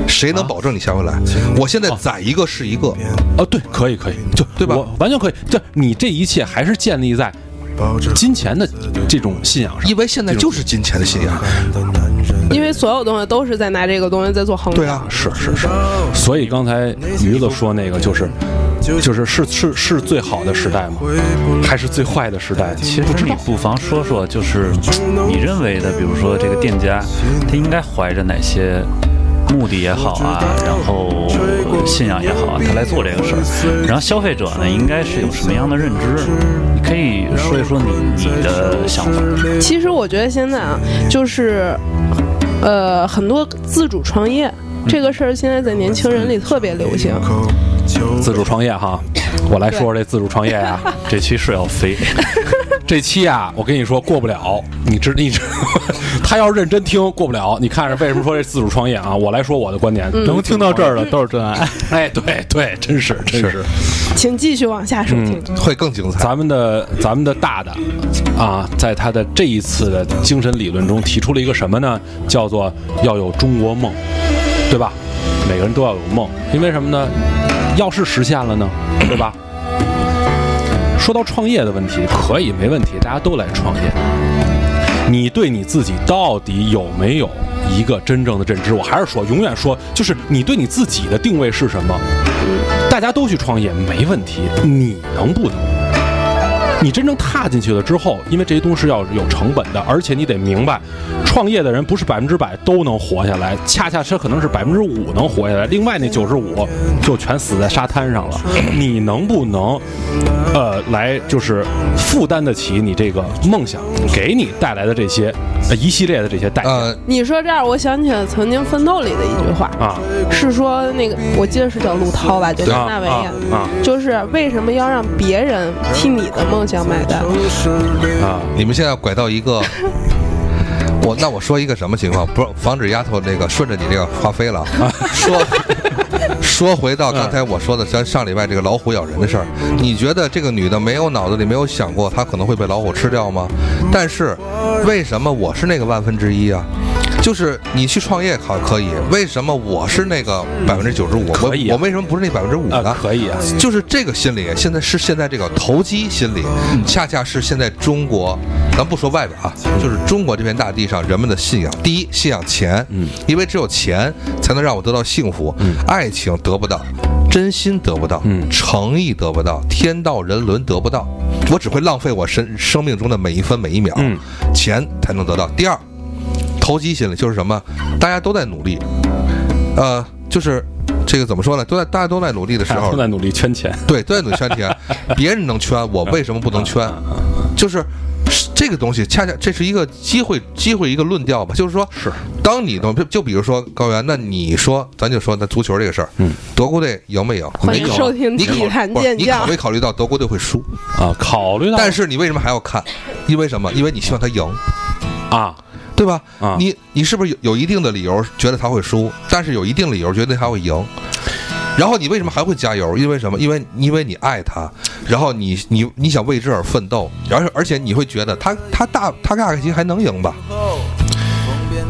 Speaker 5: 谁能保证你下回来？我现在宰一个是一个，
Speaker 4: 哦，对，可以，可以，就
Speaker 5: 对吧
Speaker 4: 我完全可以，就你这一切还是建立在
Speaker 1: 抱着
Speaker 4: 金钱的这种信仰上
Speaker 5: 因。为现在就是金钱的信
Speaker 4: 啊
Speaker 5: 仰。
Speaker 1: 的男人，
Speaker 3: 因为所有东西都是在拿这个东西在做衡量。
Speaker 5: 对啊，
Speaker 4: 是是是，所以刚才驴子说那个就是，就是是是是最好的时代吗？还是最坏的时代？
Speaker 6: 其实你不妨说说，就是你认为的，比如说这个店家，他应该怀着哪些目的也好啊，然后信仰也好啊，他来做这个事儿。然后消费者呢，应该是有什么样的认知？你可以说一说你你的想法。
Speaker 3: 其实我觉得现在啊，就是呃，很多自主创业这个事儿，现在在年轻人里特别流行。
Speaker 5: 嗯
Speaker 4: 自主创业哈，我来说说这自主创业呀、啊。
Speaker 6: 这期是要飞，
Speaker 4: 这期啊，我跟你说过不了，你知你知， 他要是认真听过不了。你看着为什么说这自主创业啊？我来说我的观 点，
Speaker 2: 嗯能听到这儿的都是真爱。
Speaker 4: 哎，对对，真 是真是。
Speaker 3: 请继续往下收
Speaker 4: 嗯
Speaker 3: 听。
Speaker 5: 会更精彩。
Speaker 4: 咱们的咱们的大大啊，在他的这一次的精神理论中提出了一个什么呢？叫做要有中国梦，对吧？每个人都要有梦，因为什么呢？要是实现了呢，对吧？说到创业的问题，可以没问题，大家都来创业。你对你自己到底有没有一个真正的认知？我还是说，永远说，就是你对你自己的定位是什么？大家都去创业没问题，你能不能？你真正踏进去了之后，因为这些东西是要有成本的，而且你得明白，创业的人不是百分之百都能活下来，恰恰是可能是百分之五能活下来，另外那九十五就全死在沙滩上了。你能不能，呃，来就是负担得起你这个梦想给你带来的这些呃一系列的这些代价、
Speaker 5: 呃，
Speaker 3: 你说这儿，我想起了曾经《奋斗》里的一句话，
Speaker 4: 啊
Speaker 3: 是说那个，我记得是叫陆涛吧，就跟
Speaker 4: 啊
Speaker 3: 那位演的，
Speaker 4: 啊啊
Speaker 3: 就是为什么要让别人替你的梦想买单？
Speaker 4: 啊！
Speaker 5: 你们现在拐到一 个，我那我说一个什么情况？不是防止丫头那个顺着你这个话飞了 啊。说说回到刚
Speaker 4: 嗯
Speaker 5: 才我说的咱上礼拜这个老虎咬人的事儿，你觉得这个女的没有脑子里没有想过她可能会被老虎吃掉吗？但是为什么我是那个万分之一啊？就是你去创业好可以，为什么我是那个百分之九十五？我
Speaker 4: 可以啊
Speaker 5: 我为什么不是那百分之五
Speaker 4: 啊
Speaker 5: 呢？
Speaker 4: 可以啊，
Speaker 5: 就是这个心理，现在是现在这个投机心理，
Speaker 4: 嗯
Speaker 5: 恰恰是现在中国，咱不说外边啊，就是中国这片大地上人们的信仰。第一，信仰钱，嗯，因为只有钱才能让我得到幸福，爱情得不到，真心得不到，
Speaker 4: 嗯
Speaker 5: 诚意得不到，天道人伦得不到，我只会浪费我生生命中的每一分每一秒，
Speaker 4: 嗯
Speaker 5: 钱才能得到。第二，投机心理就是什么？大家都在努力，呃，就是。这个怎么说呢？都在大家都在努力的时
Speaker 4: 大家
Speaker 5: 候
Speaker 4: 都，在努力圈钱。
Speaker 5: 对，都在努力圈钱，别人能圈，我为什么不能圈？就是是这个东西，恰恰这是一个机会，机会一个论调吧。就是说，
Speaker 4: 是
Speaker 5: 当你懂，就就比如说高原，那你说，咱就说那足球这个事儿，嗯，德国队赢没赢？
Speaker 3: 欢迎
Speaker 5: 没赢
Speaker 3: 收听
Speaker 5: 你考
Speaker 3: 体坛
Speaker 5: 不是
Speaker 3: 健
Speaker 5: 你
Speaker 3: 将
Speaker 5: 考没考虑到德国队会输？
Speaker 4: 啊，考虑到
Speaker 5: 但是你为什么还要看？因为什么？因为你希望他赢。
Speaker 4: 啊，
Speaker 5: 对吧？
Speaker 4: 啊
Speaker 5: 你你是不是有有一定的理由觉得他会输，但是有一定理由觉得他会赢？然后你为什么还会加油？因为什么？因为因为你爱他，然后你你你想为之而奋斗，而而且你会觉得他他大他大概其还能赢吧？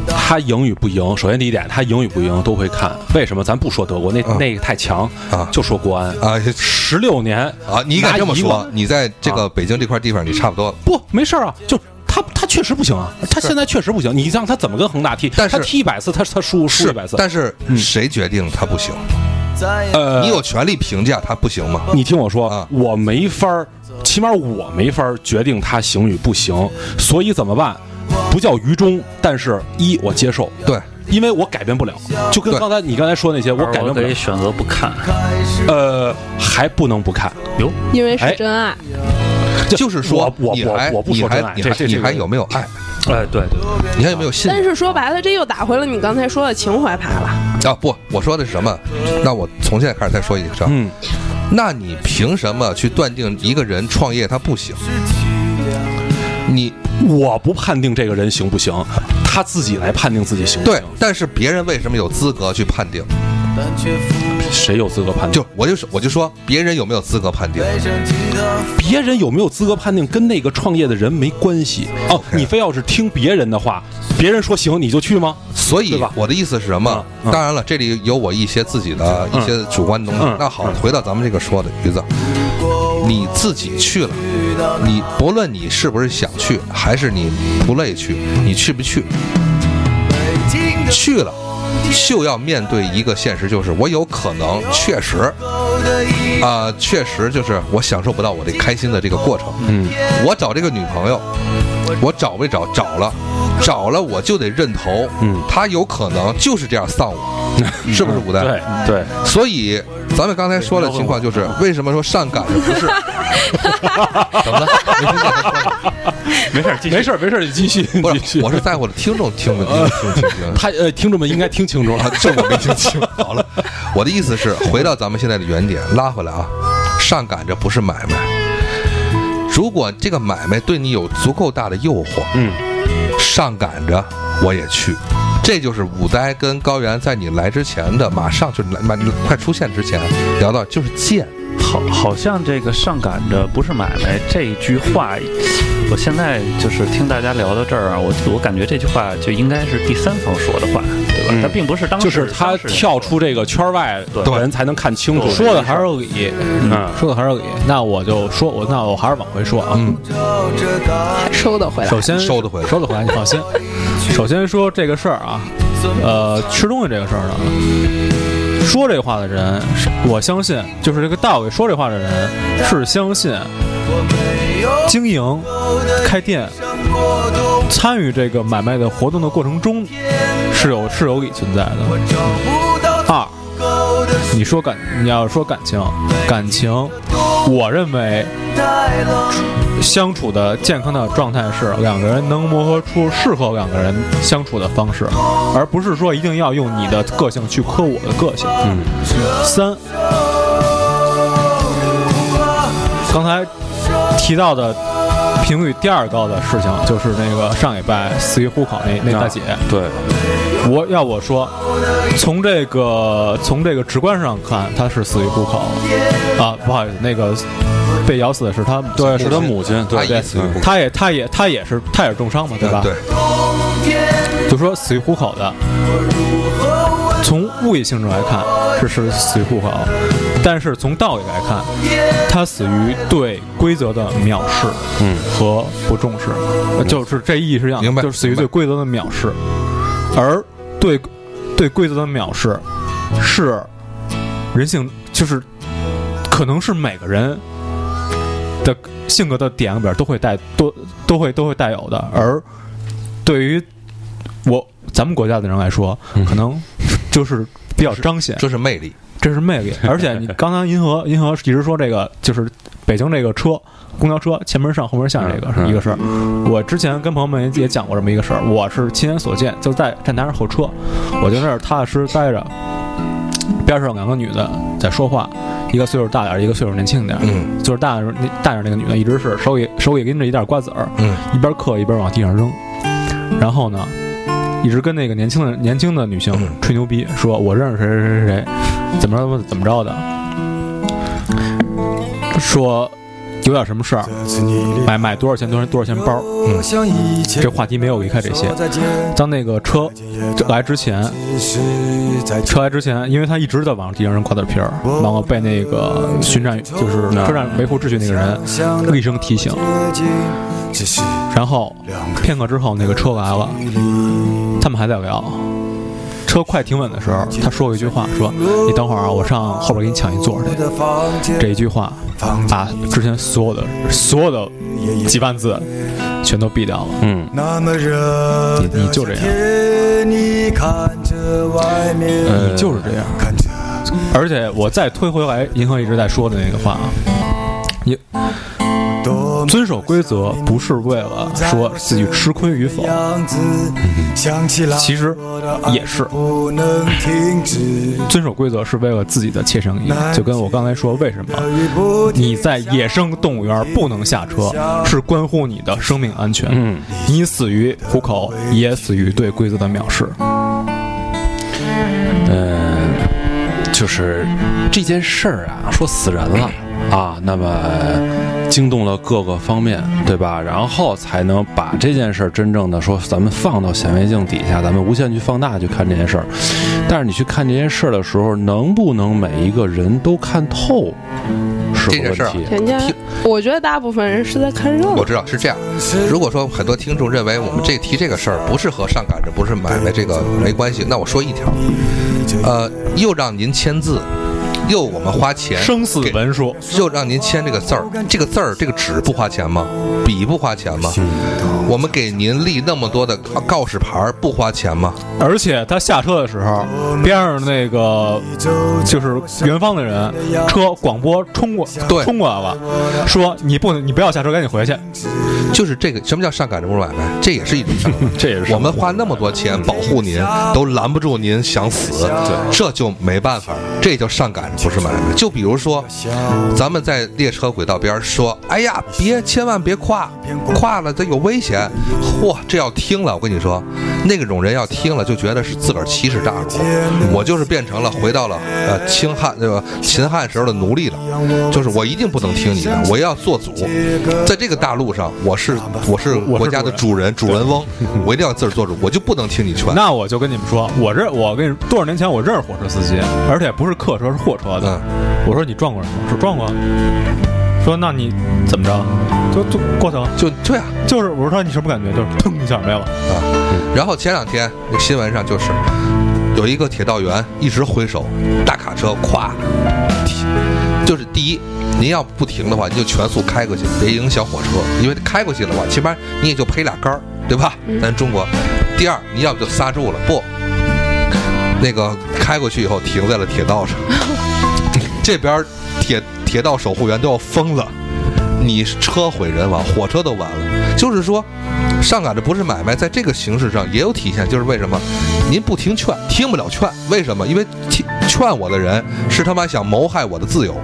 Speaker 4: 他赢与不赢，首先第一点，他赢与不赢都会看。为什么？咱不说德国那、
Speaker 5: 啊
Speaker 4: 那个太强
Speaker 5: 啊
Speaker 4: 就说国安
Speaker 5: 啊
Speaker 4: 十六年
Speaker 5: 啊，你敢
Speaker 4: 拿
Speaker 5: 这么
Speaker 4: 以
Speaker 5: 说
Speaker 4: 往？
Speaker 5: 你在这
Speaker 4: 啊
Speaker 5: 个北京这块地方，你差不多了。
Speaker 4: 不没事儿啊，就他他确实不行啊，他
Speaker 5: 是
Speaker 4: 现在确实不行。你让他怎么跟恒大踢？
Speaker 5: 但是
Speaker 4: 他踢一百次，他他输输
Speaker 5: 是
Speaker 4: 一百，次。
Speaker 5: 但是谁决定他不行？
Speaker 4: 呃，
Speaker 5: 你有权利评价他不行吗？
Speaker 4: 你听我说，
Speaker 5: 啊
Speaker 4: 我没法儿，起码我没法儿决定他行与不行，所以怎么办？不叫愚忠，但是一我接受，
Speaker 5: 对，
Speaker 4: 因为我改变不了，就跟
Speaker 5: 对
Speaker 4: 刚才你刚才说那些，我
Speaker 6: 而
Speaker 4: 改
Speaker 6: 我
Speaker 4: 变不
Speaker 6: 可以
Speaker 4: 了。
Speaker 6: 选择不看。
Speaker 4: 呃，还不能不看，
Speaker 6: 哟，
Speaker 3: 因为是
Speaker 4: 哎
Speaker 3: 真爱。
Speaker 5: 就是说，
Speaker 4: 我我
Speaker 5: 你
Speaker 4: 我
Speaker 5: 还
Speaker 4: 我不
Speaker 5: 你
Speaker 4: 说
Speaker 5: 还
Speaker 4: 真爱
Speaker 5: 你
Speaker 4: 这
Speaker 5: 还
Speaker 4: 这
Speaker 5: 你
Speaker 4: 这个
Speaker 5: 还有没有爱？
Speaker 6: 哎，对对对，
Speaker 5: 你还有没有信
Speaker 3: 但是说白了，这又打回了你刚才说的情怀牌了。
Speaker 5: 啊？不，我说的是什么？那我从现在开始再说一个事儿。
Speaker 4: 嗯，
Speaker 5: 那你凭什么去断定一个人创业他不行？你
Speaker 4: 我不判定这个人行不行，他自己来判定自己行不
Speaker 5: 对
Speaker 4: 行。，
Speaker 5: 但是别人为什么有资格去判定？
Speaker 4: 谁有资格判定？
Speaker 5: 就我就是我就说，别人有没有资格判定？
Speaker 4: 别人有没有资格判定跟那个创业的人没关系哦。你非要是听别人的话，别人说行你就去吗？
Speaker 5: 所以
Speaker 4: 对吧
Speaker 5: 我的意思是什么？
Speaker 4: 嗯嗯
Speaker 5: 当然了，这里有我一些自己的一些主观的东西。
Speaker 4: 嗯
Speaker 5: 那好，回到咱们这个说的橘子，你自己去了，你不论你是不是想去，还是你不累去，你去不去？去了。就要面对一个现实，就是我有可能确实，啊、确实就是我享受不到我这开心的这个过程。
Speaker 4: 嗯，
Speaker 5: 我找这个女朋友，我找没找？找了，找了我就得认头。
Speaker 4: 嗯
Speaker 5: 她有可能就是这样丧 我，是不是古代？。
Speaker 4: 对对，
Speaker 5: 所以咱们刚才说的情况就是，为什么说上赶着不是？怎么了？没听见他说吗
Speaker 6: 没事儿，继续
Speaker 4: 没事儿没事儿，你继续
Speaker 5: 不
Speaker 4: 继续
Speaker 5: 是，。我是在乎的听众听不听听听听。
Speaker 4: 他呃，听众们应该听清楚了
Speaker 5: 啊，， 这我没听清。好了，我的意思是，回到咱们现在的原点，拉回来啊，上赶着不是买卖。如果这个买卖对你有足够大的诱惑，
Speaker 4: 嗯，
Speaker 5: 上赶着我也去。这就是武呆跟高原在你来之前的，马上就来，马快出现之前聊到，就是贱。
Speaker 6: 好，好像这个上赶着不是买卖这一句话，我现在就是听大家聊到这儿啊，我我感觉这句话就应该是第三方说的话，对吧？
Speaker 4: 嗯
Speaker 6: 它并不是当时
Speaker 4: 就是他
Speaker 6: 当事人
Speaker 4: 跳出这个圈儿外的人才能看清楚。
Speaker 2: 说的还是有理，
Speaker 4: 嗯，
Speaker 2: 说的还是有理。那我就说，我那我还是往回说啊。
Speaker 5: 嗯，
Speaker 3: 还收得回来
Speaker 2: 首，先
Speaker 5: 收得回来嗯
Speaker 2: 收得回来，你放心。首先说这个事儿啊，呃，吃东西这个事儿呢，说这话的人，是我相信就是这个大伟说这话的人是相信经营、开店、参与这个买卖的活动的过程中是有是有理存在的。二，啊你说感，你要说感情，感情，我认为相处的健康的状态是两个人能磨合出适合两个人相处的方式，而不是说一定要用你的个性去磕我的个性。嗯。三，刚才提到的评语第二高的事情，就是那个上礼拜死于户口那
Speaker 4: 啊
Speaker 2: 那大姐。
Speaker 4: 对，
Speaker 2: 我要我说，从这个从这个直观上看，她是死于户口啊，不好意思，那个被咬死的是她母亲，
Speaker 4: 对是他母亲对嗯
Speaker 5: 他也死于
Speaker 4: 对
Speaker 5: 不
Speaker 2: 她也她也她也是她也是重伤嘛，对吧？
Speaker 5: 对，
Speaker 2: 就说死于虎口的，从物理性质来看是是死于虎口，但是从道理来看，他死于对规则的藐视，嗯，和不重视，呃就是这意义是一样的，
Speaker 5: 嗯明白
Speaker 2: 就是死于
Speaker 5: 明白
Speaker 2: 对规则的藐视，而对对规则的藐视是人性，就是可能是每个人的性格的点里边都会带都都会都会带有的，而对于我咱们国家的人来说，可能就是比较彰显，
Speaker 5: 这是魅力。
Speaker 2: 这是魅力。而且你刚刚银河银河一直说这个，就是北京这个车，公交车前门上后门下这个是一个事儿。我之前跟朋友们也也讲过这么一个事儿，我是亲眼所见，就在站台上候车，我就在那儿踏踏实实待着，边上有两个女的在说话，一个岁数大点儿，一个岁数年轻点儿。
Speaker 5: 嗯
Speaker 2: 就是大点儿那大点儿那个女的，一直是手里手里拎着一袋瓜子儿，
Speaker 5: 嗯，
Speaker 2: 一边嗑一边往地上扔，然后呢，一直跟那个年轻的年轻的女性
Speaker 5: 嗯
Speaker 2: 吹牛逼，说我认识谁谁谁谁，怎么着怎么怎么着的，说有点什么事儿，买买多少钱多少多少钱包，
Speaker 5: 嗯
Speaker 2: 这话题没有离开这
Speaker 1: 呃
Speaker 2: 些。呃当那个车来之前，
Speaker 1: 呃
Speaker 2: 车来之前，因为他一直在往地上扔瓜子皮儿，
Speaker 5: 哦
Speaker 2: 然后被那个巡站就是车站维护秩序那个人厉声提醒，然后片刻之后那个车来了，他们还在聊。车快停稳的时候，他说过一句话，说：“你等会儿啊，我上后边给你抢一 座去。”这一句话，把之前所有的所有的几万字全都毙掉了。
Speaker 4: 嗯，
Speaker 1: 那么热
Speaker 2: 你你就这样
Speaker 1: 样，你看着外面，
Speaker 4: 呃
Speaker 2: 你就是这样。
Speaker 1: 看着
Speaker 2: 而且我再推回来，银河一直在说的那个话啊，你
Speaker 1: 多么
Speaker 2: 遵守规则不是为了说自己吃亏与否，
Speaker 1: 样子，想起来
Speaker 2: 其实
Speaker 1: 我的爱
Speaker 2: 也是
Speaker 1: 不能停止。
Speaker 2: 遵守规则是为了自己的切身利益。就跟我刚才说，为什么
Speaker 1: 雨不停
Speaker 2: 你在野生动物园不能下车，
Speaker 5: 嗯
Speaker 2: 是关乎你的生命安全。
Speaker 4: 嗯，
Speaker 2: 你死于虎口，也死于对规则的藐视。
Speaker 4: 嗯，就是这件事儿啊，说死人了啊，那么惊动了各个方面，对吧？然后才能把这件事儿真正的说，咱们放到显微镜底下，咱们无限去放大去看这件事儿。但是你去看这件事儿的时候，能不能每一个人都看透，是
Speaker 5: 这
Speaker 4: 个
Speaker 5: 件事儿啊
Speaker 4: 问题。
Speaker 3: 人家
Speaker 5: 听，
Speaker 3: 我觉得大部分人是在看热闹
Speaker 5: 我。知道是这样。如果说很多听众认为我们这提这个事儿不是和上赶着，不是买卖这个没关系，那我说一条，呃，又让您签字，又我们花钱，
Speaker 2: 生死文书，
Speaker 5: 又让您签这个字儿，这个字儿这个纸不花钱吗？笔不花钱吗？我们给您立那么多的告示牌儿不花钱吗？
Speaker 2: 而且他下车的时候，
Speaker 5: 嗯
Speaker 2: 边上那个就是元芳的人，车广播冲过，
Speaker 5: 对
Speaker 2: 冲过来了，说你不能，你不要下车，赶紧回去。
Speaker 5: 就是这个，什么叫上赶着不是买卖？这也是一种上赶着。
Speaker 4: 这也是
Speaker 5: 我们花那么多钱保护您，都拦不住您想死，这就没办法，这就上赶着不是买卖。就比如说，咱们在列车轨道边儿说：“哎呀，别，千万别跨，跨了这有危险。”嚯，这要听了，我跟你说，那种人要听了就觉得是自个儿奇耻大辱。我就是变成了回到了呃清汉那个秦汉时候的奴隶了，就是我一定不能听你的，我要做主，在这个大陆上，我是我是国家的主人主人翁，我一定要自个儿做主，我就不能听你劝。
Speaker 2: 那我就跟你们说，我认我跟你多少年前我认识火车司机，而且不是客车是货车
Speaker 5: 嗯
Speaker 2: 的。
Speaker 6: 嗯
Speaker 2: 我说你撞过人吗？说撞过啊。说那你怎么着？就就过去了。
Speaker 5: 就对啊，
Speaker 2: 就是我说你什么感觉？就是腾一下没了。
Speaker 5: 啊然后前两天那新闻上就是有一个铁道员一直挥手，大卡车咵，就是第一，您要不停的话，你就全速开过去，别影响火车，因为开过去的话，起码你也就赔俩杆儿，对吧？咱中国。第二，你要不就刹住了，不，那个开过去以后停在了铁道上， 这边儿铁铁道守护员都要疯了。你车毁人亡，火车都完了。就是说，上赶着不是买卖，在这个形式上也有体现。就是为什么您不听劝，听不了劝，为什么？因为听劝我的人是他妈想谋害我的自由，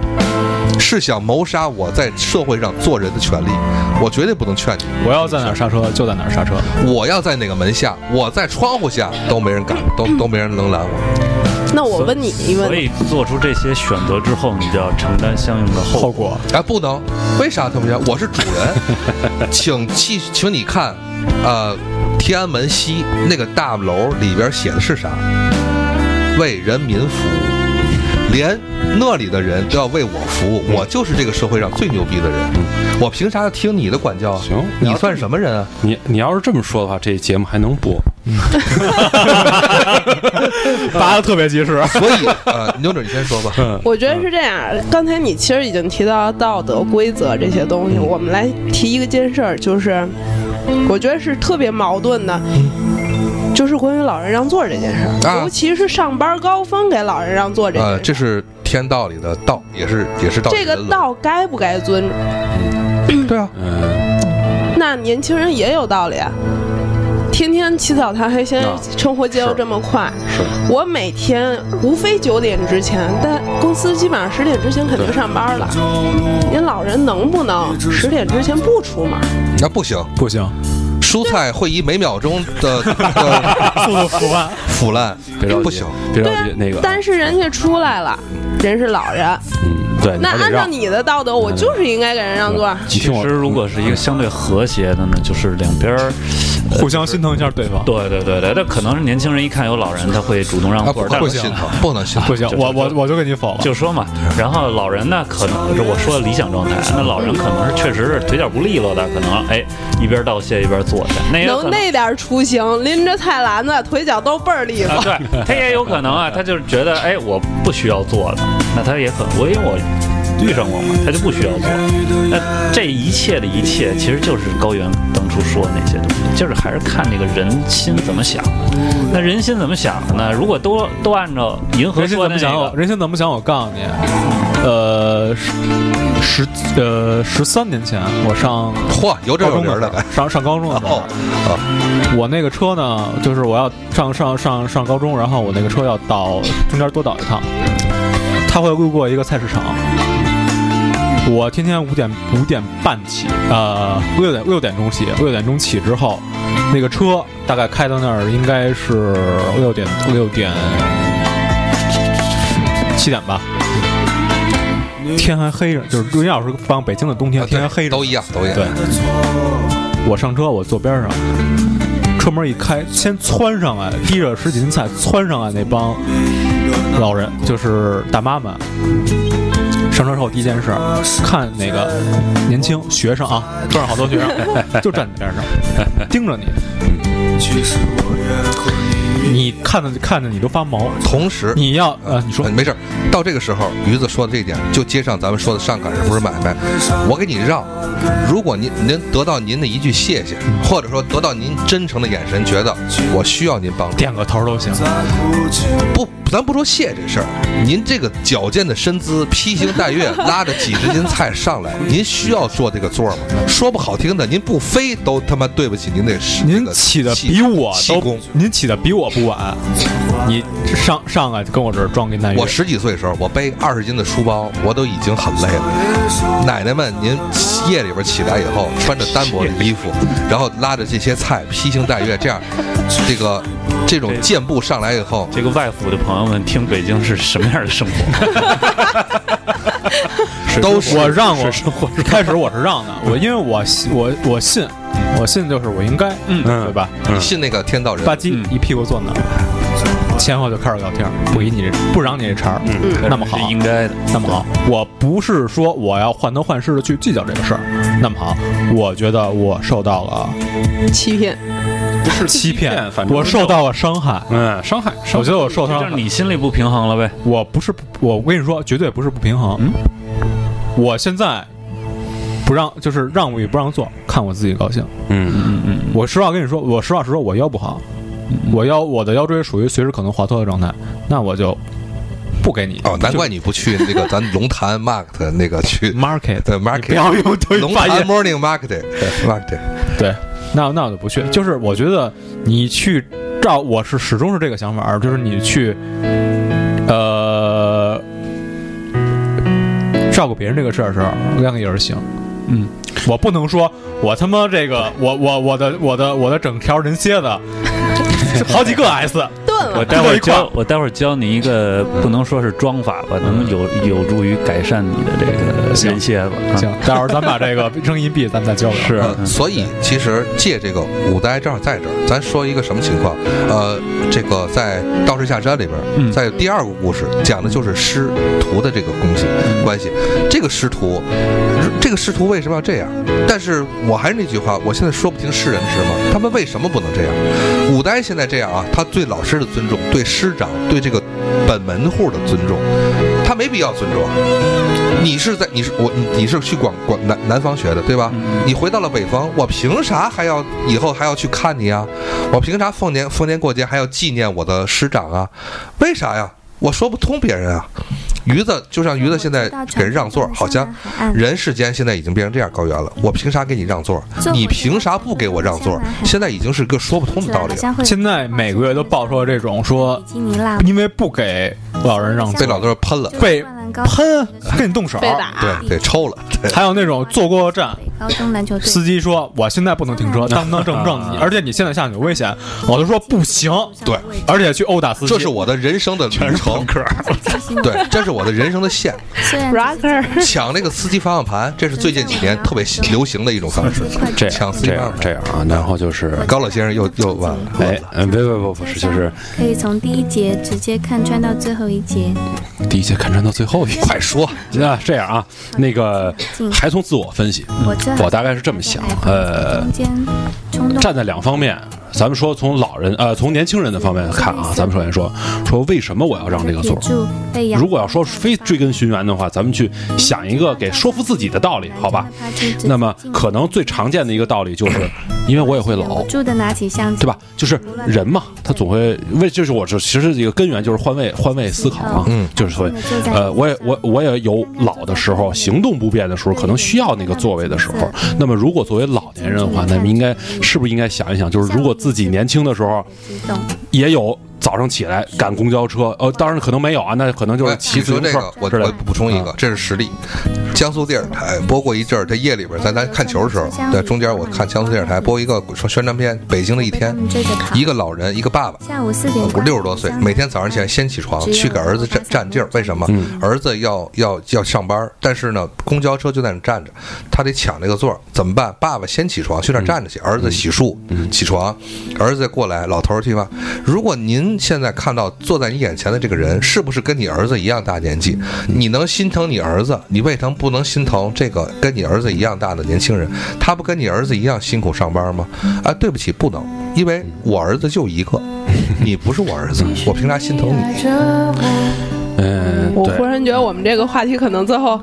Speaker 5: 是想谋杀我在社会上做人的权利。我绝对不能劝你。
Speaker 2: 我要在哪儿刹车就在哪儿刹 车。
Speaker 5: 我要在哪个门下，我在窗户下都没人敢，都都没人能拦我。
Speaker 3: 那我问你一
Speaker 6: 所
Speaker 3: 问，
Speaker 6: 以做出这些选择之后，你就要承担相应的后
Speaker 2: 后
Speaker 6: 果。
Speaker 2: 果
Speaker 5: 哎，不能，为啥他们家？我是主人，请记，请你看，呃，天安门西那个大楼里边写的是啥？为人民服务，连那里的人都要为我服务，我就是这个社会上最牛逼的人，我凭啥要听你的管教啊？
Speaker 4: 行
Speaker 5: 你算什么人啊？
Speaker 4: 你你要是这么说的话，这节目还能播？
Speaker 2: 拔的特别及时。
Speaker 5: 所以，呃，牛准，你先说吧。
Speaker 3: 我觉得是这样。刚才你其实已经提到道德规则这些东西，
Speaker 5: 嗯
Speaker 3: 我们来提一个件事儿，就是我觉得是特别矛盾的，就是关于老人让座这件事儿，
Speaker 5: 啊
Speaker 3: 尤其是上班高峰给老人让座这件事
Speaker 5: 呃，
Speaker 3: 儿。
Speaker 5: 这是天道里的道，也是也是道里
Speaker 3: 这
Speaker 5: 的
Speaker 3: 个
Speaker 5: 伦。
Speaker 3: 道该不该尊重？
Speaker 5: 对啊，
Speaker 4: 嗯，
Speaker 3: 那年轻人也有道理啊，天天起早贪黑，现在
Speaker 4: 啊
Speaker 3: 生活节奏这么快，
Speaker 4: 是
Speaker 3: 我每天无非九点之前，但公司基本上十点之前肯定上班了。您老人能不能十点之前不出门？
Speaker 5: 那不行，
Speaker 2: 不行，
Speaker 5: 蔬菜会以每秒钟 的的
Speaker 2: 速度腐万。
Speaker 5: 腐烂，
Speaker 4: 别着急，
Speaker 2: 啊
Speaker 3: 啊
Speaker 5: 不行。
Speaker 4: 别着急，那个啊
Speaker 3: 但是人家出来了，人是老人，
Speaker 4: 对，你
Speaker 3: 那
Speaker 4: 还得
Speaker 3: 按照
Speaker 4: 让。嗯
Speaker 3: 你的道德，我就是应该给人让座。
Speaker 4: 你听
Speaker 6: 其
Speaker 4: 我嗯
Speaker 6: 实，如果是一个相对和谐的呢，就是两边儿，
Speaker 2: 互相心疼一下对方。
Speaker 6: 对对对对，那可能是年轻人一看有老人，他会主动让
Speaker 5: 啊，
Speaker 6: 座
Speaker 5: 不
Speaker 6: 儿，但
Speaker 5: 不
Speaker 6: 是
Speaker 5: 心疼，不能心
Speaker 2: 不
Speaker 5: 疼。
Speaker 2: 行，
Speaker 6: 就
Speaker 2: 我我
Speaker 6: 就
Speaker 2: 我就跟你否了。
Speaker 6: 就说嘛，然后老人呢，可能是我说的理想状态，那老人可能是确实是腿脚不利落的，可能哎一边道谢一边坐下，那也有可
Speaker 3: 能那点儿出行，拎着菜篮子，腿脚都倍儿利
Speaker 6: 啊，
Speaker 3: 索。
Speaker 6: 对他也有可 能啊，他就是觉得哎我不需要坐了，那他也可我因为我遇上过嘛，他就不需要坐。那这一切的一切，其实就是高原当初说的那些东西，就是还是看那个人心怎么想。那人心怎么想呢？如果都都按照银
Speaker 2: 嗯
Speaker 6: 河
Speaker 2: 人心
Speaker 6: 说
Speaker 2: 怎么
Speaker 6: 的那
Speaker 2: 想啊我？
Speaker 6: 个，
Speaker 2: 人心怎么想？我告诉你，呃，十十呃十三年前，我上
Speaker 5: 嚯，有这
Speaker 2: 高
Speaker 5: 有
Speaker 2: 中
Speaker 5: 零
Speaker 2: 的
Speaker 5: 的
Speaker 2: 时候，上上高中的时候
Speaker 5: 哦，
Speaker 2: 我那个车呢，就是我要上上上上高中，然后我那个车要倒中间多倒一趟，它会路过一个菜市场。我天天五点五点半起，呃，六点六点钟起，六点钟起之后，那个车大概开到那儿应该是六点六点七点吧，天还黑着，就是六要是放北京的冬天，
Speaker 5: 啊
Speaker 2: 天还黑着
Speaker 5: 对，都，一样，都一样。
Speaker 2: 对，我上车，我坐边上，车门一开，先窜上来，提着十几斤菜窜上来那帮老人，就是大妈们。上车之后第一件事，看哪个年轻学生 啊，桌上好多学生，就站你边上，盯着你。你看着看着你都发毛，
Speaker 5: 同时，
Speaker 2: 你要呃，你说
Speaker 5: 呃没事儿。到这个时候，驴子说的这一点，就接上咱们说的上赶上不是买卖，我给你让。如果您您得到您的一句谢谢，
Speaker 2: 嗯
Speaker 5: 或者说得到您真诚的眼神，觉得我需要您帮助，
Speaker 2: 点个头都行。
Speaker 5: 不，咱不说谢这事儿，您这个矫健的身姿，披星戴月，拉着几十斤菜上来，您需要坐这个座儿吗？说不好听的，您不飞都他妈对不起您那是
Speaker 2: 您起的比我
Speaker 5: 气
Speaker 2: 都
Speaker 5: 功。，
Speaker 2: 您起的比我不晚，你上上来就跟我这儿装给男
Speaker 5: 我十几岁的时候，我背二十斤的书包，我都已经很累了。奶奶们，您夜里边起来以后，穿着单薄的衣服，然后拉着这些菜，披星戴月，这样，这个这种健步上来以后，
Speaker 6: 这个外府的朋友们听北京是什么样的生活？
Speaker 5: 都是
Speaker 2: 我让我一开始我是让的，我因为我信我我信我信就是我应该，嗯，对吧？
Speaker 5: 你信那个天道人
Speaker 2: 吧唧一屁股坐那儿，前后就开始聊天，不给你这不让你这茬儿，
Speaker 6: 嗯
Speaker 2: 那么好
Speaker 6: 是，应该的。
Speaker 2: 那么好，我不是说我要患得患失的去计较这个事儿，那么好，我觉得我受到了
Speaker 3: 欺骗，
Speaker 2: 不是欺骗
Speaker 7: 骗反，正
Speaker 2: 我受到了伤害，
Speaker 4: 嗯，伤害，伤
Speaker 2: 我觉得我受
Speaker 6: 就
Speaker 2: 伤
Speaker 6: 是
Speaker 2: 了。
Speaker 6: 你心里不平衡了呗？
Speaker 2: 我不是不，我跟你说，绝对不是不平衡。
Speaker 6: 嗯
Speaker 2: 我现在不让，就是让与不让座，看我自己高兴。
Speaker 4: 嗯，
Speaker 2: 我实话跟你说，我实话实说，我腰不好，
Speaker 5: 嗯
Speaker 2: 我腰我的腰椎属于随时可能滑脱的状态，那我就不给你。
Speaker 5: 哦，难怪你不去那个咱龙潭 market 那个 去
Speaker 2: market
Speaker 5: 对 market
Speaker 7: 要用德
Speaker 5: 龙
Speaker 7: 发
Speaker 5: 潭
Speaker 7: 言。
Speaker 5: morning market market
Speaker 2: 对，那那我就不
Speaker 6: 嗯
Speaker 2: 去。就是我觉得你去照，我是始终是这个想法儿，就是你去，呃，照顾别人这个事儿的时候，量力而行。
Speaker 6: 嗯，
Speaker 2: 我不能说我他妈这个，我我我的我的我的整条人蝎 子，好几个 S，
Speaker 3: 钝
Speaker 6: 我
Speaker 3: 了。
Speaker 6: 待会
Speaker 2: 对
Speaker 6: 儿
Speaker 2: 一块儿
Speaker 6: 教我待会儿教你一个不能说是装法吧，能有有助于改善你的这个
Speaker 2: 行
Speaker 6: 人蝎子。啊
Speaker 2: 行，待会儿咱把这个扔一闭，咱们再交流。
Speaker 6: 是
Speaker 3: 嗯
Speaker 5: 呃，所以其实借这个五代正好在这儿，咱说一个什么情况？呃，这个在《道士下山》里边，
Speaker 6: 嗯
Speaker 5: 在第二个故事讲的就是师徒的这个东西关系。这个师徒，这个师徒为什么要这样？但是我还是那句话，我现在说不清是人是吗？他们为什么不能这样？五代现在这样啊，他对老师的尊重，对师长，对这个本门户的尊重，他没必要尊重啊。你是在你是我你你是去广广南南方学的对吧？你回到了北方，我凭啥还要以后还要去看你啊？我凭啥逢年逢年过节还要纪念我的师长啊？为啥呀？我说不通别人啊。鱼子就像鱼子现在给人让座，好像人世间现在已经变成这样高原了。我凭啥给你让座？你凭啥不给我让座？现在已经是个说不通的道理啊了。
Speaker 2: 现在每个月都爆出来这种说，
Speaker 8: 基尼拉
Speaker 2: 因为不给老人让座
Speaker 5: 被，老头儿喷了，
Speaker 2: 被喷，跟你动手。
Speaker 3: 被打
Speaker 5: 对对，抽了，对，
Speaker 2: 还有那种坐过站，
Speaker 7: 高中篮球队
Speaker 2: 司机说我现在不能停
Speaker 4: 嗯
Speaker 2: 车，当当正不正你，而且你现在下去有危险，我就说不行，
Speaker 5: 对，
Speaker 2: 而且去殴打司机。
Speaker 5: 这是我的人生的旅程，
Speaker 8: 啊
Speaker 5: 对，这是我的人生的线，
Speaker 7: 虽然
Speaker 3: rocker
Speaker 5: 抢那个司机方向盘，这是最近几年特别流行的一种方式，
Speaker 4: 这
Speaker 5: 抢
Speaker 4: 样
Speaker 5: 司机
Speaker 4: 这
Speaker 5: 方向
Speaker 4: 样
Speaker 5: 盘。
Speaker 4: 这样啊，然后就是
Speaker 5: 高老先生又又完了，
Speaker 4: 哎，嗯，别别别，不是，就是
Speaker 7: 可以从第一节直接看穿到最后一节，
Speaker 4: 第一节看穿到最后一节。
Speaker 5: 快说，
Speaker 4: 那这样啊，那个还从自我分析，
Speaker 7: 我这
Speaker 4: 我大概是这么想，呃
Speaker 7: 中，间冲动
Speaker 4: 站在两方面，咱们说从老人呃从年轻人的方面看啊，咱们首先说说为什么我要让这个座
Speaker 7: 铁
Speaker 4: 儿。
Speaker 7: 柱被压
Speaker 4: 如果要说非追根寻源的话，咱们去想一个给说服自己的道理，好吧？那么可能最常见的一个道 理就是，因为我也会
Speaker 7: 忍
Speaker 4: 老
Speaker 7: 不，住的拿起相机，
Speaker 4: 对吧？？就是人嘛，他总会为，就是我这其实一个根源就是换位换位思考嘛，
Speaker 5: 嗯
Speaker 4: 就是所以，呃，我也我我也有老的时候，行动不便的时候，可能需要那个座位的时候。
Speaker 2: 嗯
Speaker 4: 那么如果作为老年人的话，那么应该是不是应该想一想，就是如果自己年轻的时候
Speaker 7: 激动，
Speaker 4: 也有。早上起来赶公交车，呃，当然可能没有啊，那可能就是
Speaker 5: 哎
Speaker 4: 骑
Speaker 5: 你
Speaker 4: 自
Speaker 5: 说
Speaker 4: 行
Speaker 5: 这
Speaker 4: 车
Speaker 5: 个，我
Speaker 4: 之类
Speaker 5: 我
Speaker 4: 的。嗯
Speaker 5: 补充一个，这是实例。江苏电视台播过一阵儿，这夜里边咱咱看球的时候，在中间我看江苏电视台播一个说宣传片，《北京的一天
Speaker 7: 被他们追着》，跑
Speaker 5: 一个老人，一个爸爸，
Speaker 7: 下午四点，
Speaker 5: 我六十多岁，每天早上起来先起床去给儿子站站地儿，为什么？儿子要要要上班，但是呢，公交车就在那儿站着，他得抢那个座儿，怎么办？爸爸先起床去那儿站着去，儿子洗漱起床，儿子再过来，老头儿去吧。如果您现在看到坐在你眼前的这个人，是不是跟你儿子一样大年纪？你能心疼你儿子，你为什么不能心疼这个跟你儿子一样大的年轻人？他不跟你儿子一样辛苦上班吗？啊，对不起，不能，因为我儿子就一个。你不是我儿子，我凭啥心疼你？
Speaker 4: 嗯，
Speaker 3: 我
Speaker 4: 对
Speaker 3: 忽，然觉得我们这个话题可能最后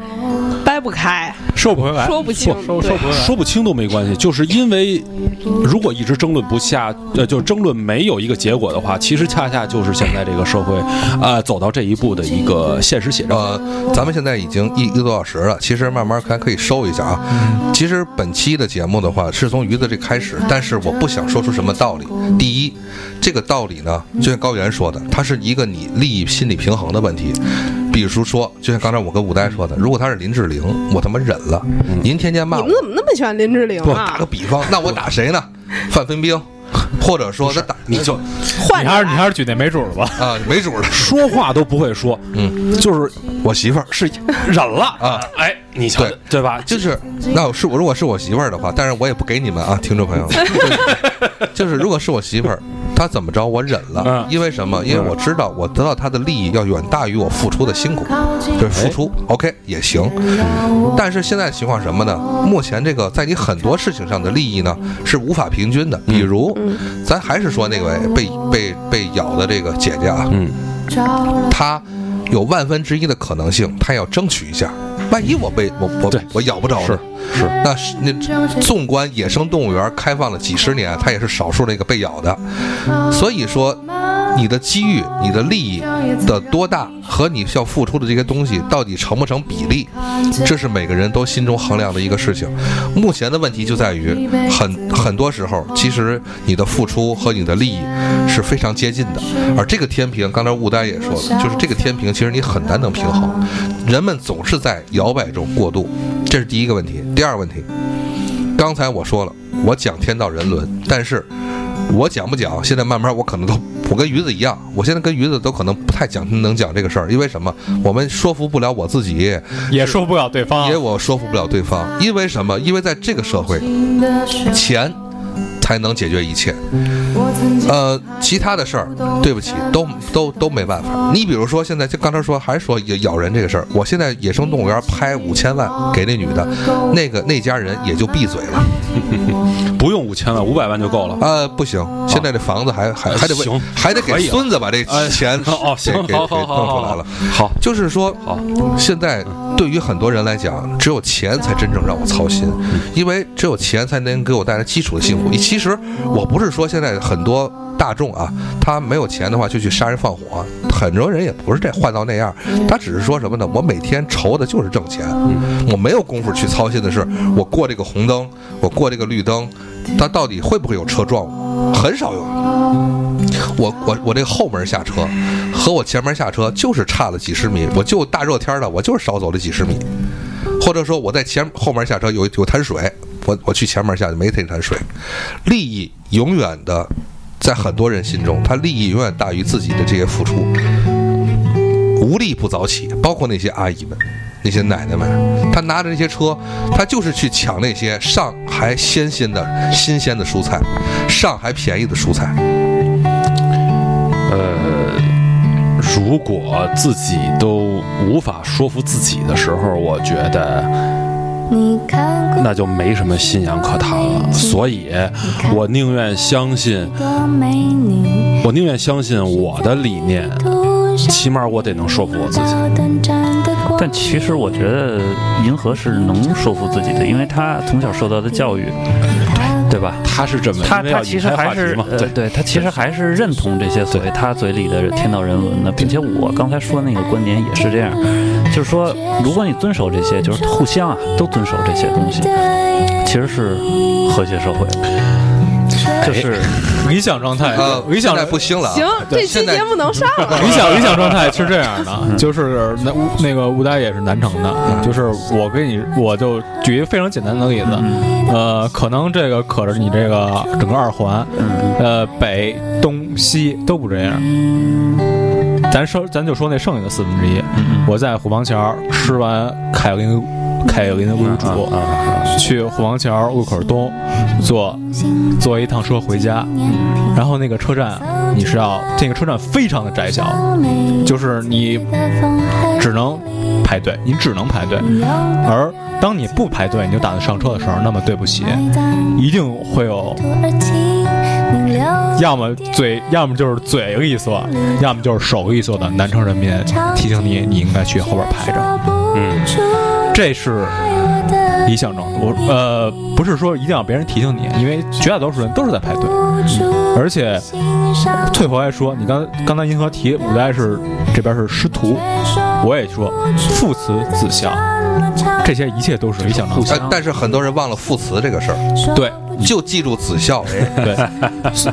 Speaker 3: 掰不开，
Speaker 2: 收不回来，
Speaker 3: 说不清
Speaker 2: 收收
Speaker 3: 对
Speaker 2: 不回来。
Speaker 4: 说不清都没关系，就是因为如果一直争论不下，呃，就是争论没有一个结果的话，其实恰恰就是现在这个社会，呃，走到这一步的一个现实写照。
Speaker 5: 呃，咱们现在已经一一个多小时了，其实慢慢还可以收一下啊。其实本期的节目的话，是从鱼子这开始，但是我不想说出什么道理。第一，这个道理呢，就像高原说的，它是一个你利益心理平衡的问题。比如说，就像刚才我跟吴呆说的，如果他是林志玲，我他妈忍了。您天天骂
Speaker 3: 你
Speaker 5: 我
Speaker 3: 们，怎么那么喜欢林志玲
Speaker 5: 打
Speaker 3: 啊
Speaker 5: 个？比 方，那我打谁呢？范冰冰，或者说他打
Speaker 4: 你就
Speaker 3: 换
Speaker 2: 你
Speaker 3: 着
Speaker 2: 还是你
Speaker 3: 来
Speaker 2: 还是举那没主儿吧。
Speaker 5: 啊，没准儿的，
Speaker 4: 说话都不会说，
Speaker 5: 嗯，
Speaker 4: 就是
Speaker 5: 我媳妇儿。
Speaker 4: 是忍了
Speaker 5: 啊！
Speaker 4: 哎，你瞧
Speaker 5: 对，
Speaker 4: 对吧？就
Speaker 5: 就是，那我是我如果是我媳妇儿的话，但是我也不给你们啊，听众朋友们，就是如果是我媳妇儿，她怎么着我忍了，
Speaker 4: 嗯
Speaker 5: 因为什么？因为我知道我得到她的利益要远大于我付出的辛苦，
Speaker 8: 嗯
Speaker 5: 对，付出
Speaker 4: 哎
Speaker 5: OK 也行。但是现在情况是什么呢？目前这个在你很多事情上的利益呢是无法平均的，
Speaker 4: 嗯
Speaker 5: 比如，咱还是说那位被被被咬的这个姐姐啊，
Speaker 4: 嗯，
Speaker 5: 她有万分之一的可能性，她要争取一下。万一我被我我
Speaker 4: 对
Speaker 5: 我咬不着呢
Speaker 4: 是是，
Speaker 5: 那是那纵观野生动物园开放了几十年，它也是少数那个被咬的。所以说，你的机遇、你的利益的多大和你需要付出的这些东西到底成不成比例，这是每个人都心中衡量的一个事情。目前的问题就在于，很很多时候，其实你的付出和你的利益是非常接近的，而这个天平，刚才吴丹也说了，就是这个天平，其实你很难能平衡。人们总是在摇摆中过度，这是第一个问题。第二个问题，刚才我说了，我讲天道人伦，但是我讲不讲，现在慢慢我可能都，我跟鱼子一样，我现在跟鱼子都可能不太讲能讲这个事儿，因为什么？我们说服不了我自己，
Speaker 2: 也说不了对方啊
Speaker 5: 也。我说服不了对方，因为什么？因为在这个社会，钱才能解决一切。呃，其他的事儿，对不起，都都都没办法。你比如说，现在就刚才说，还是说咬咬人这个事儿。我现在野生动物园拍五千万给那女的，那个那家人也就闭嘴了。
Speaker 4: 不用五千万，五百万就够了。
Speaker 5: 呃，不行，现在这房子还还还得为
Speaker 4: 行
Speaker 5: 还得
Speaker 4: 可
Speaker 5: 给
Speaker 4: 以了
Speaker 5: 孙子把这
Speaker 4: 哎
Speaker 5: 钱
Speaker 4: 哦，行
Speaker 5: 给，给给
Speaker 4: 好
Speaker 5: 弄
Speaker 4: 好好
Speaker 5: 出来了。，
Speaker 4: 好好，
Speaker 5: 就是说
Speaker 4: 好，
Speaker 5: 现在对于很多人来讲，只有钱才真正让我操心，
Speaker 4: 嗯
Speaker 5: 因为只有钱才能给我带来基础的幸福。其实我不是说现在很多大众啊，他没有钱的话就去杀人放火，啊很多人也不是这坏到那样，
Speaker 4: 嗯
Speaker 5: 他只是说什么呢？我每天愁的就是挣钱，我没有功夫去操心的是我过这个红灯，我过这个绿灯，它到底会不会有车撞我？很少有。我我我这后门下车和我前门下车就是差了几十米，我就大热天的，我就是少走了几十米，或者说我在前后门下车有有滩水，我我去前门下去没这滩水，利益永远的在很多人心中，他利益永远大于自己的这些付出，无利不早起，包括那些阿姨们。那些奶奶们，她拿着那些车，她就是去抢那些上还鲜鲜的新鲜的蔬菜，上还便宜的蔬菜。
Speaker 9: 如果自己都无法说服自己的时候，我觉得
Speaker 8: 你看过
Speaker 9: 那就没什么信仰可谈了。所以，嗯我宁愿相信，
Speaker 8: 多美女，
Speaker 9: 我宁愿相信我的理念，
Speaker 8: 涂上
Speaker 9: 起码我得能说服我自己。
Speaker 8: 高短暂的光。
Speaker 6: 但其实我觉得银河是能说服自己的，因为他从小受到的教育，对吧？
Speaker 9: 他是这么，
Speaker 6: 他
Speaker 9: 因为要
Speaker 6: 他其实
Speaker 9: 引开话
Speaker 6: 还
Speaker 9: 题
Speaker 6: 是
Speaker 9: 嘛，
Speaker 6: 呃，
Speaker 9: 对，
Speaker 6: 对他其实还是认同这些所谓他嘴里的天道人伦的，并且我刚才说那个观点也是这样，就是说，如果你遵守这些，就是互相啊都遵守这些东西，其实是和谐社会，
Speaker 9: 哎
Speaker 6: 就是
Speaker 2: 理想状态
Speaker 5: 呃，，
Speaker 2: 理哎想
Speaker 5: 现在不兴了啊，
Speaker 3: 行，这期
Speaker 5: 现在
Speaker 3: 节目能上了。
Speaker 2: 理想理想状态是这样的，就是那乌那个吴达也是南城的，就是我给你，我就举一个非常简单的例子，
Speaker 8: 嗯
Speaker 2: 呃，可能这个可着你这个整个二环，呃，北东西都不这样。咱说，咱就说那剩下的四分之一。
Speaker 6: 嗯
Speaker 2: 我在虎坊桥吃完凯林凯林的卤煮，去虎坊桥路口东坐坐一趟车回家，然后那个车站你是要，这个车站非常的窄小，就是你只能排队，你只能排队。而当你不排队，你就打算上车的时候，那么对不起，一定会有，要么嘴，要么就是嘴利索，要么就是手利索的南城人民提醒你，你应该去后边排着。
Speaker 9: 嗯，
Speaker 2: 这是理想中，我呃不是说一定要别人提醒你，因为绝大多数人都是在排队，而且退回来说，你刚刚才银河提五代是这边是师徒，我也说父慈子孝，这些一切都是理想 中。
Speaker 5: 呃，但是很多人忘了副词这个事儿，
Speaker 2: 对
Speaker 5: 就记住子孝，
Speaker 2: 对，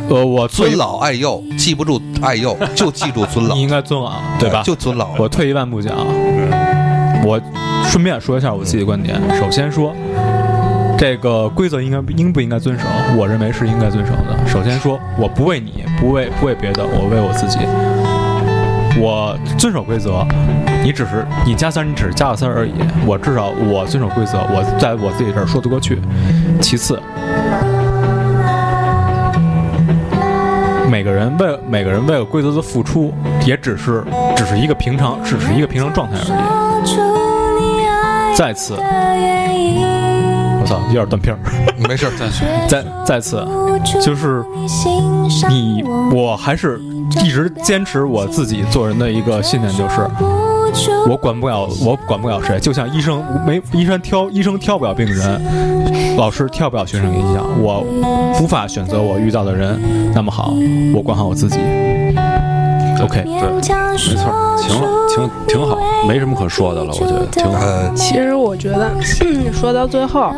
Speaker 2: 呃，我最
Speaker 5: 尊老爱幼，记不住爱幼，就记住尊老
Speaker 2: 嗯你，应该尊啊，对吧？
Speaker 5: 就尊老。
Speaker 2: 我退一万步讲，我顺便说一下我自己的观点。首先说，这个规则应该应不应该遵守？我认为是应该遵守的。首先说，我不为你，不为不为别的，我为我自己。我遵守规则，你只是你加三，你只是加了三而已。我至少我遵守规则，我在我自己这儿说得过去。其次，每个人为每个人为了规则的付出，也只是只是一个平常，只是一个平常状态而已。再次，我操，有点断片儿。
Speaker 5: 没事儿，
Speaker 2: 再再次，就是你，我还是一直坚持我自己做人的一个信念，就是我管不了，我管不了谁。就像医生没医生挑医生挑不了病人，老师挑不了学生一样，我无法选择我遇到的人。那么好，我管好我自己。OK，
Speaker 9: 没错，行了，挺挺好，没什么可说的了，我觉得挺好。
Speaker 5: 呃，
Speaker 3: 其实我觉得，说到最后，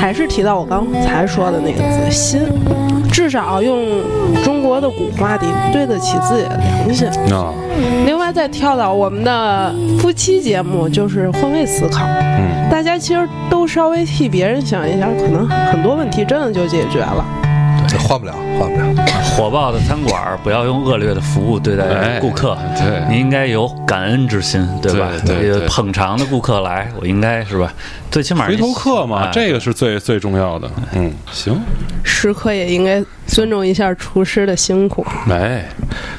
Speaker 3: 还是提到我刚才说的那个字“心”，至少用中国的古话得对得起自己的良心。
Speaker 9: 啊，
Speaker 3: 另外再跳到我们的夫妻节目，就是换位思考。
Speaker 9: 嗯，
Speaker 3: 大家其实都稍微替别人想一想，可能很多问题真的就解决了。
Speaker 5: 换不了，换不了。
Speaker 6: 火爆的餐馆儿不要用恶劣的服务对待
Speaker 9: 哎
Speaker 6: 顾客，
Speaker 9: 对
Speaker 6: 你应该有感恩之心，对吧？
Speaker 9: 对对
Speaker 6: 呃
Speaker 9: 对
Speaker 6: 捧场的顾客来，我应该是吧？最起码
Speaker 9: 回头客嘛，
Speaker 6: 哎
Speaker 9: 这个是最最重要的。嗯，行，
Speaker 3: 食客也应该尊重一下厨师的辛苦。
Speaker 9: 哎，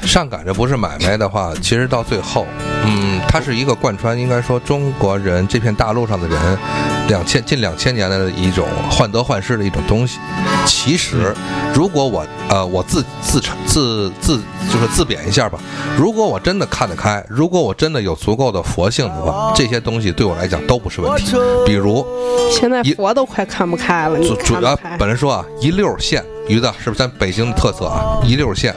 Speaker 5: 上赶着不是买卖的话，其实到最后，嗯，它是一个贯穿，应该说中国人这片大陆上的人，两千近两千年的一种患得患失的一种东西。其实，如果我呃我自自嘲自自就是自贬一下吧，如果我真的看得开，如果我真的有足够的佛性的话，这些东西对我来讲都不是问题。比如
Speaker 3: 现在
Speaker 5: 一
Speaker 3: 佛都快看不开了，你
Speaker 5: 主主
Speaker 3: 看
Speaker 5: 要
Speaker 3: 不开。
Speaker 5: 本人说啊，一溜儿线，鱼子是不是咱北京的特色啊？一溜儿线，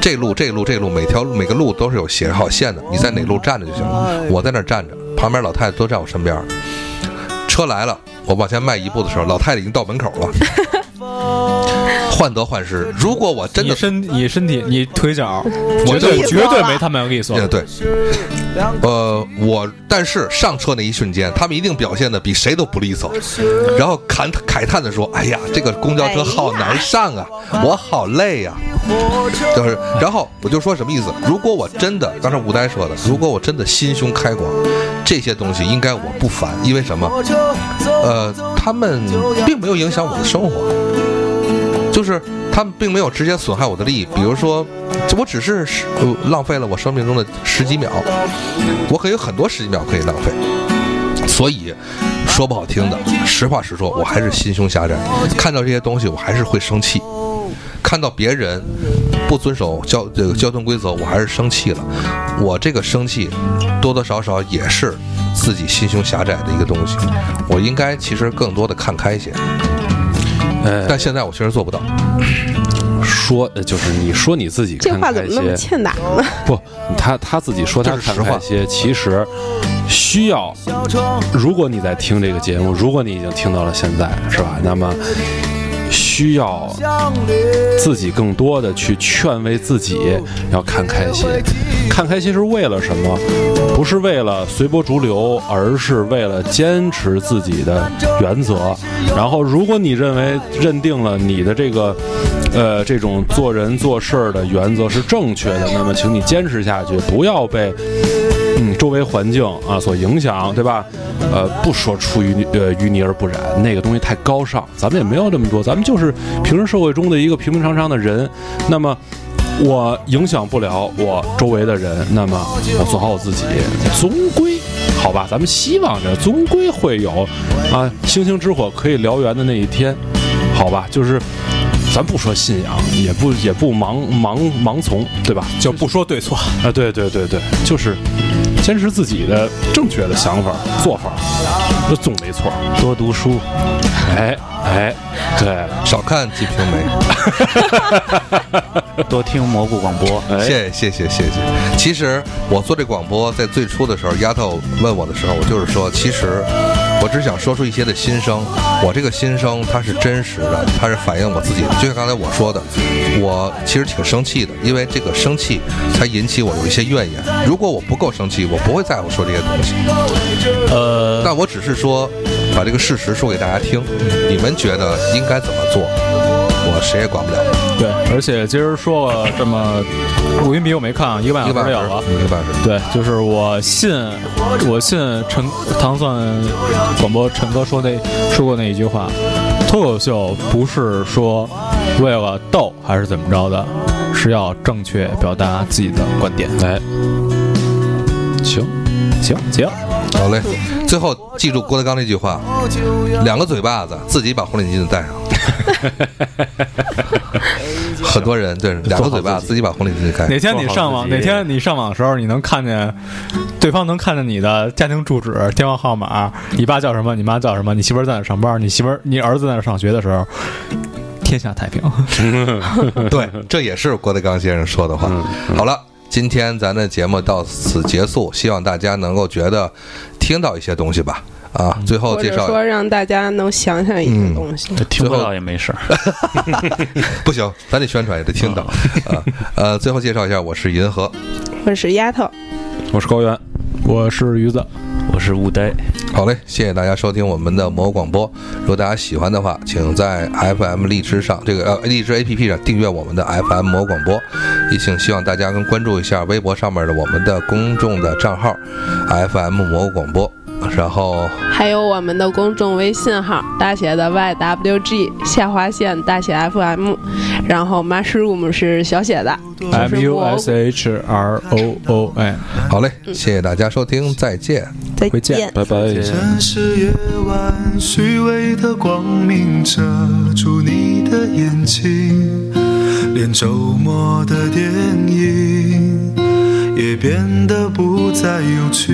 Speaker 5: 这路这路这路，每条每个路都是有写好线的，你在哪路站着就行了。我在那儿站着，旁边老太太都在我身边儿，车来了，我往前迈一步的时候，老太太已经到门口了。患得患失。如果我真
Speaker 2: 你
Speaker 5: 的，
Speaker 2: 身你身体你腿脚，
Speaker 5: 我
Speaker 2: 绝
Speaker 5: 就
Speaker 2: 对绝对没他们有利索。
Speaker 5: 呃，对，呃，我但是上车那一瞬间，他们一定表现的比谁都不利索，然后感慨叹的说：“哎呀，这个公交车好难上啊，我好累呀、就是，然后我就说什么意思？如果我真的，刚才吴呆说的，如果我真的心胸开广，这些东西应该我不烦，因为什么？呃，他们并没有影响我的生活，就是他们并没有直接损害我的利益。比如说，这我只是是呃浪费了我生命中的十几秒，我可以有很多十几秒可以浪费。所以，说不好听的，实话实说，我还是心胸狭窄，看到这些东西我还是会生气。看到别人不遵守交这个交通规则，我还是生气了。我这个生气多多少少也是自己心胸狭窄的一个东西，我应该其实更多的看开一些。但现在我确实做不到。
Speaker 9: 说，呃就是你说你自己
Speaker 3: 这
Speaker 9: 看
Speaker 3: 话怎
Speaker 9: 开
Speaker 3: 么那么
Speaker 9: 些，
Speaker 3: 欠打呢？
Speaker 9: 不，他他自己说他
Speaker 5: 这是
Speaker 9: 看
Speaker 5: 实话
Speaker 9: 开些，其实需要。如果你在听这个节目，如果你已经听到了现在，是吧？那么需要自己更多的去劝慰自己，要看开些。看开些是为了什么？不是为了随波逐流，而是为了坚持自己的原则。然后，如果你认为认定了你的这个，呃，这种做人做事儿的原则是正确的，那么请你坚持下去，不要被嗯，周围环境啊所影响，对吧？呃，不说出淤泥呃淤泥而不染，那个东西太高尚，咱们也没有这么多，咱们就是平时社会中的一个平平常常的人。那么。我影响不了我周围的人，那么我做好我自己，终归，好吧，咱们希望着终归会有，啊，星星之火可以燎原的那一天，好吧，就是，咱不说信仰，也不也不盲盲盲从，对吧？
Speaker 2: 就不说对错，
Speaker 9: 啊，对对对对，就是坚持自己的正确的想法、做法，这总没错。
Speaker 6: 多读书，
Speaker 9: 哎哎，对，
Speaker 5: 少看几瓶梅，
Speaker 6: 多听蘑菇广播。
Speaker 9: 哎
Speaker 2: 哎
Speaker 5: 谢谢谢谢谢谢。其实我做这广播，在最初的时候，丫头问我的时候，我就是说，其实我只想说出一些的心声。我这个心声它是真实的，它是反映我自己的。就像刚才我说的，我其实挺生气的，因为这个生气才引起我有一些怨言。如果我不够生气，我不会在乎说这些东西。
Speaker 6: 呃，
Speaker 5: 但我只是说，把这个事实说给大家听，你们觉得应该怎么做，我谁也管不了。
Speaker 2: 对，而且今儿说了这么，录音笔我没看啊，一个半
Speaker 5: 一
Speaker 2: 小
Speaker 5: 个半
Speaker 2: 时有
Speaker 5: 小
Speaker 2: 了
Speaker 5: 时，。一个半小时。
Speaker 2: 对，就是我信，我信陈糖蒜广播陈哥说那说过那一句话，脱口秀不是说为了逗还是怎么着的，是要正确表达自己的观点。
Speaker 9: 哎，行，
Speaker 2: 行行，
Speaker 5: 好嘞，最后记住郭德纲那句话：两个嘴巴子，自己把红领巾戴上。很多人对两个嘴巴，自己把红领巾戴
Speaker 2: 哪
Speaker 5: 上。
Speaker 2: 天你上网，
Speaker 6: 哎做好自己
Speaker 2: 哪天你上网的时候，你能看见对方能看见你的家庭住址、电话号码，你爸叫什么，你妈叫什么，你媳妇儿在哪上班，你媳妇儿你儿子在哪上学的时候，天下太平。
Speaker 5: 对，这也是郭德纲先生说的话。好了，今天咱的节目到此结束，希望大家能够觉得听到一些东西吧。啊，最后
Speaker 3: 或
Speaker 5: 介
Speaker 3: 者
Speaker 5: 绍
Speaker 3: 说让大家能想想一些
Speaker 5: 嗯
Speaker 3: 东西。
Speaker 6: 听不到也没事儿。
Speaker 5: 不行，咱得宣传也得听到。啊，呃，最后介绍一下，我是银河。
Speaker 3: 我是丫头，
Speaker 9: 我是高原，
Speaker 2: 我是鱼子，
Speaker 6: 我是雾呆，
Speaker 5: 好嘞，谢谢大家收听我们的魔菇广播。如果大家喜欢的话，请在 FM 荔枝上这个呃荔枝 APP 上订阅我们的 FM 魔菇广播，也请希望大家跟关注一下微博上面的我们的公众的账号 FM 魔菇广播。然后
Speaker 3: 还有我们的公众微信号大写的 YWG 下划线大写 FM，然后 mushroom 是小写的
Speaker 2: M U S H R O O M，
Speaker 5: 好嘞，谢谢大家收听，再见。
Speaker 3: 再
Speaker 2: 回见
Speaker 3: 见。
Speaker 9: 拜拜。
Speaker 1: 城市夜晚，虚伪的光明遮住你的眼睛，连周末的电影也变得不再有趣。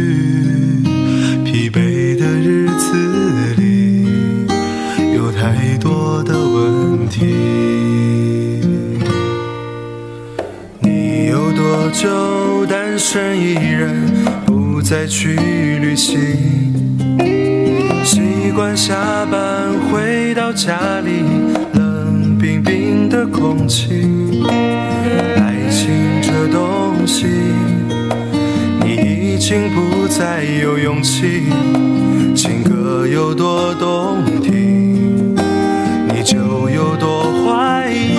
Speaker 1: 疲惫的日子里，有太多的问题。你有多久单身一人，不再去旅行？习惯下班回到家里，冷冰冰的空气，爱情这东西，你已经不再有勇气。情歌有多动听，你就有多怀疑。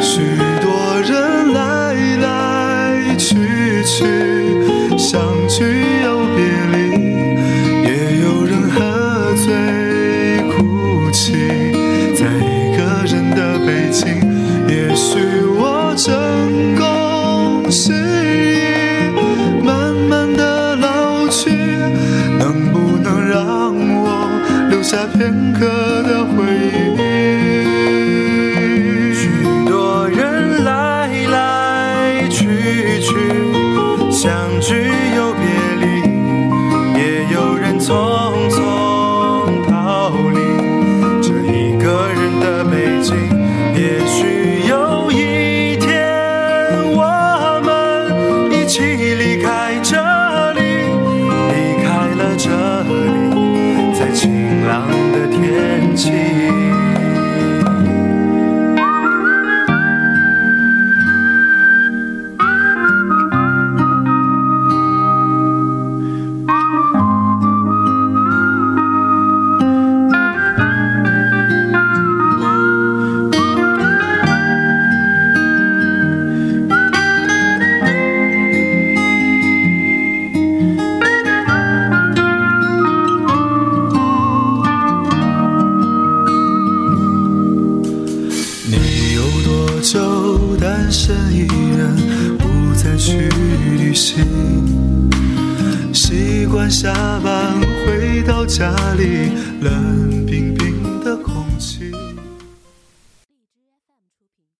Speaker 1: 许多人来来去去，相聚又别离，也有人喝醉哭泣，在一个人的北京，也许我成功失意，慢慢的老去，能不能让我留下片刻的回忆？许多人来来去去，相聚又别离。也有人匆匆逃离这一个人的北京。也许有一天，我们一起离开这里，离开了这里，在晴朗的天气。你有多久单身一人，不再去旅行？习惯下班回到家里，冷冰冰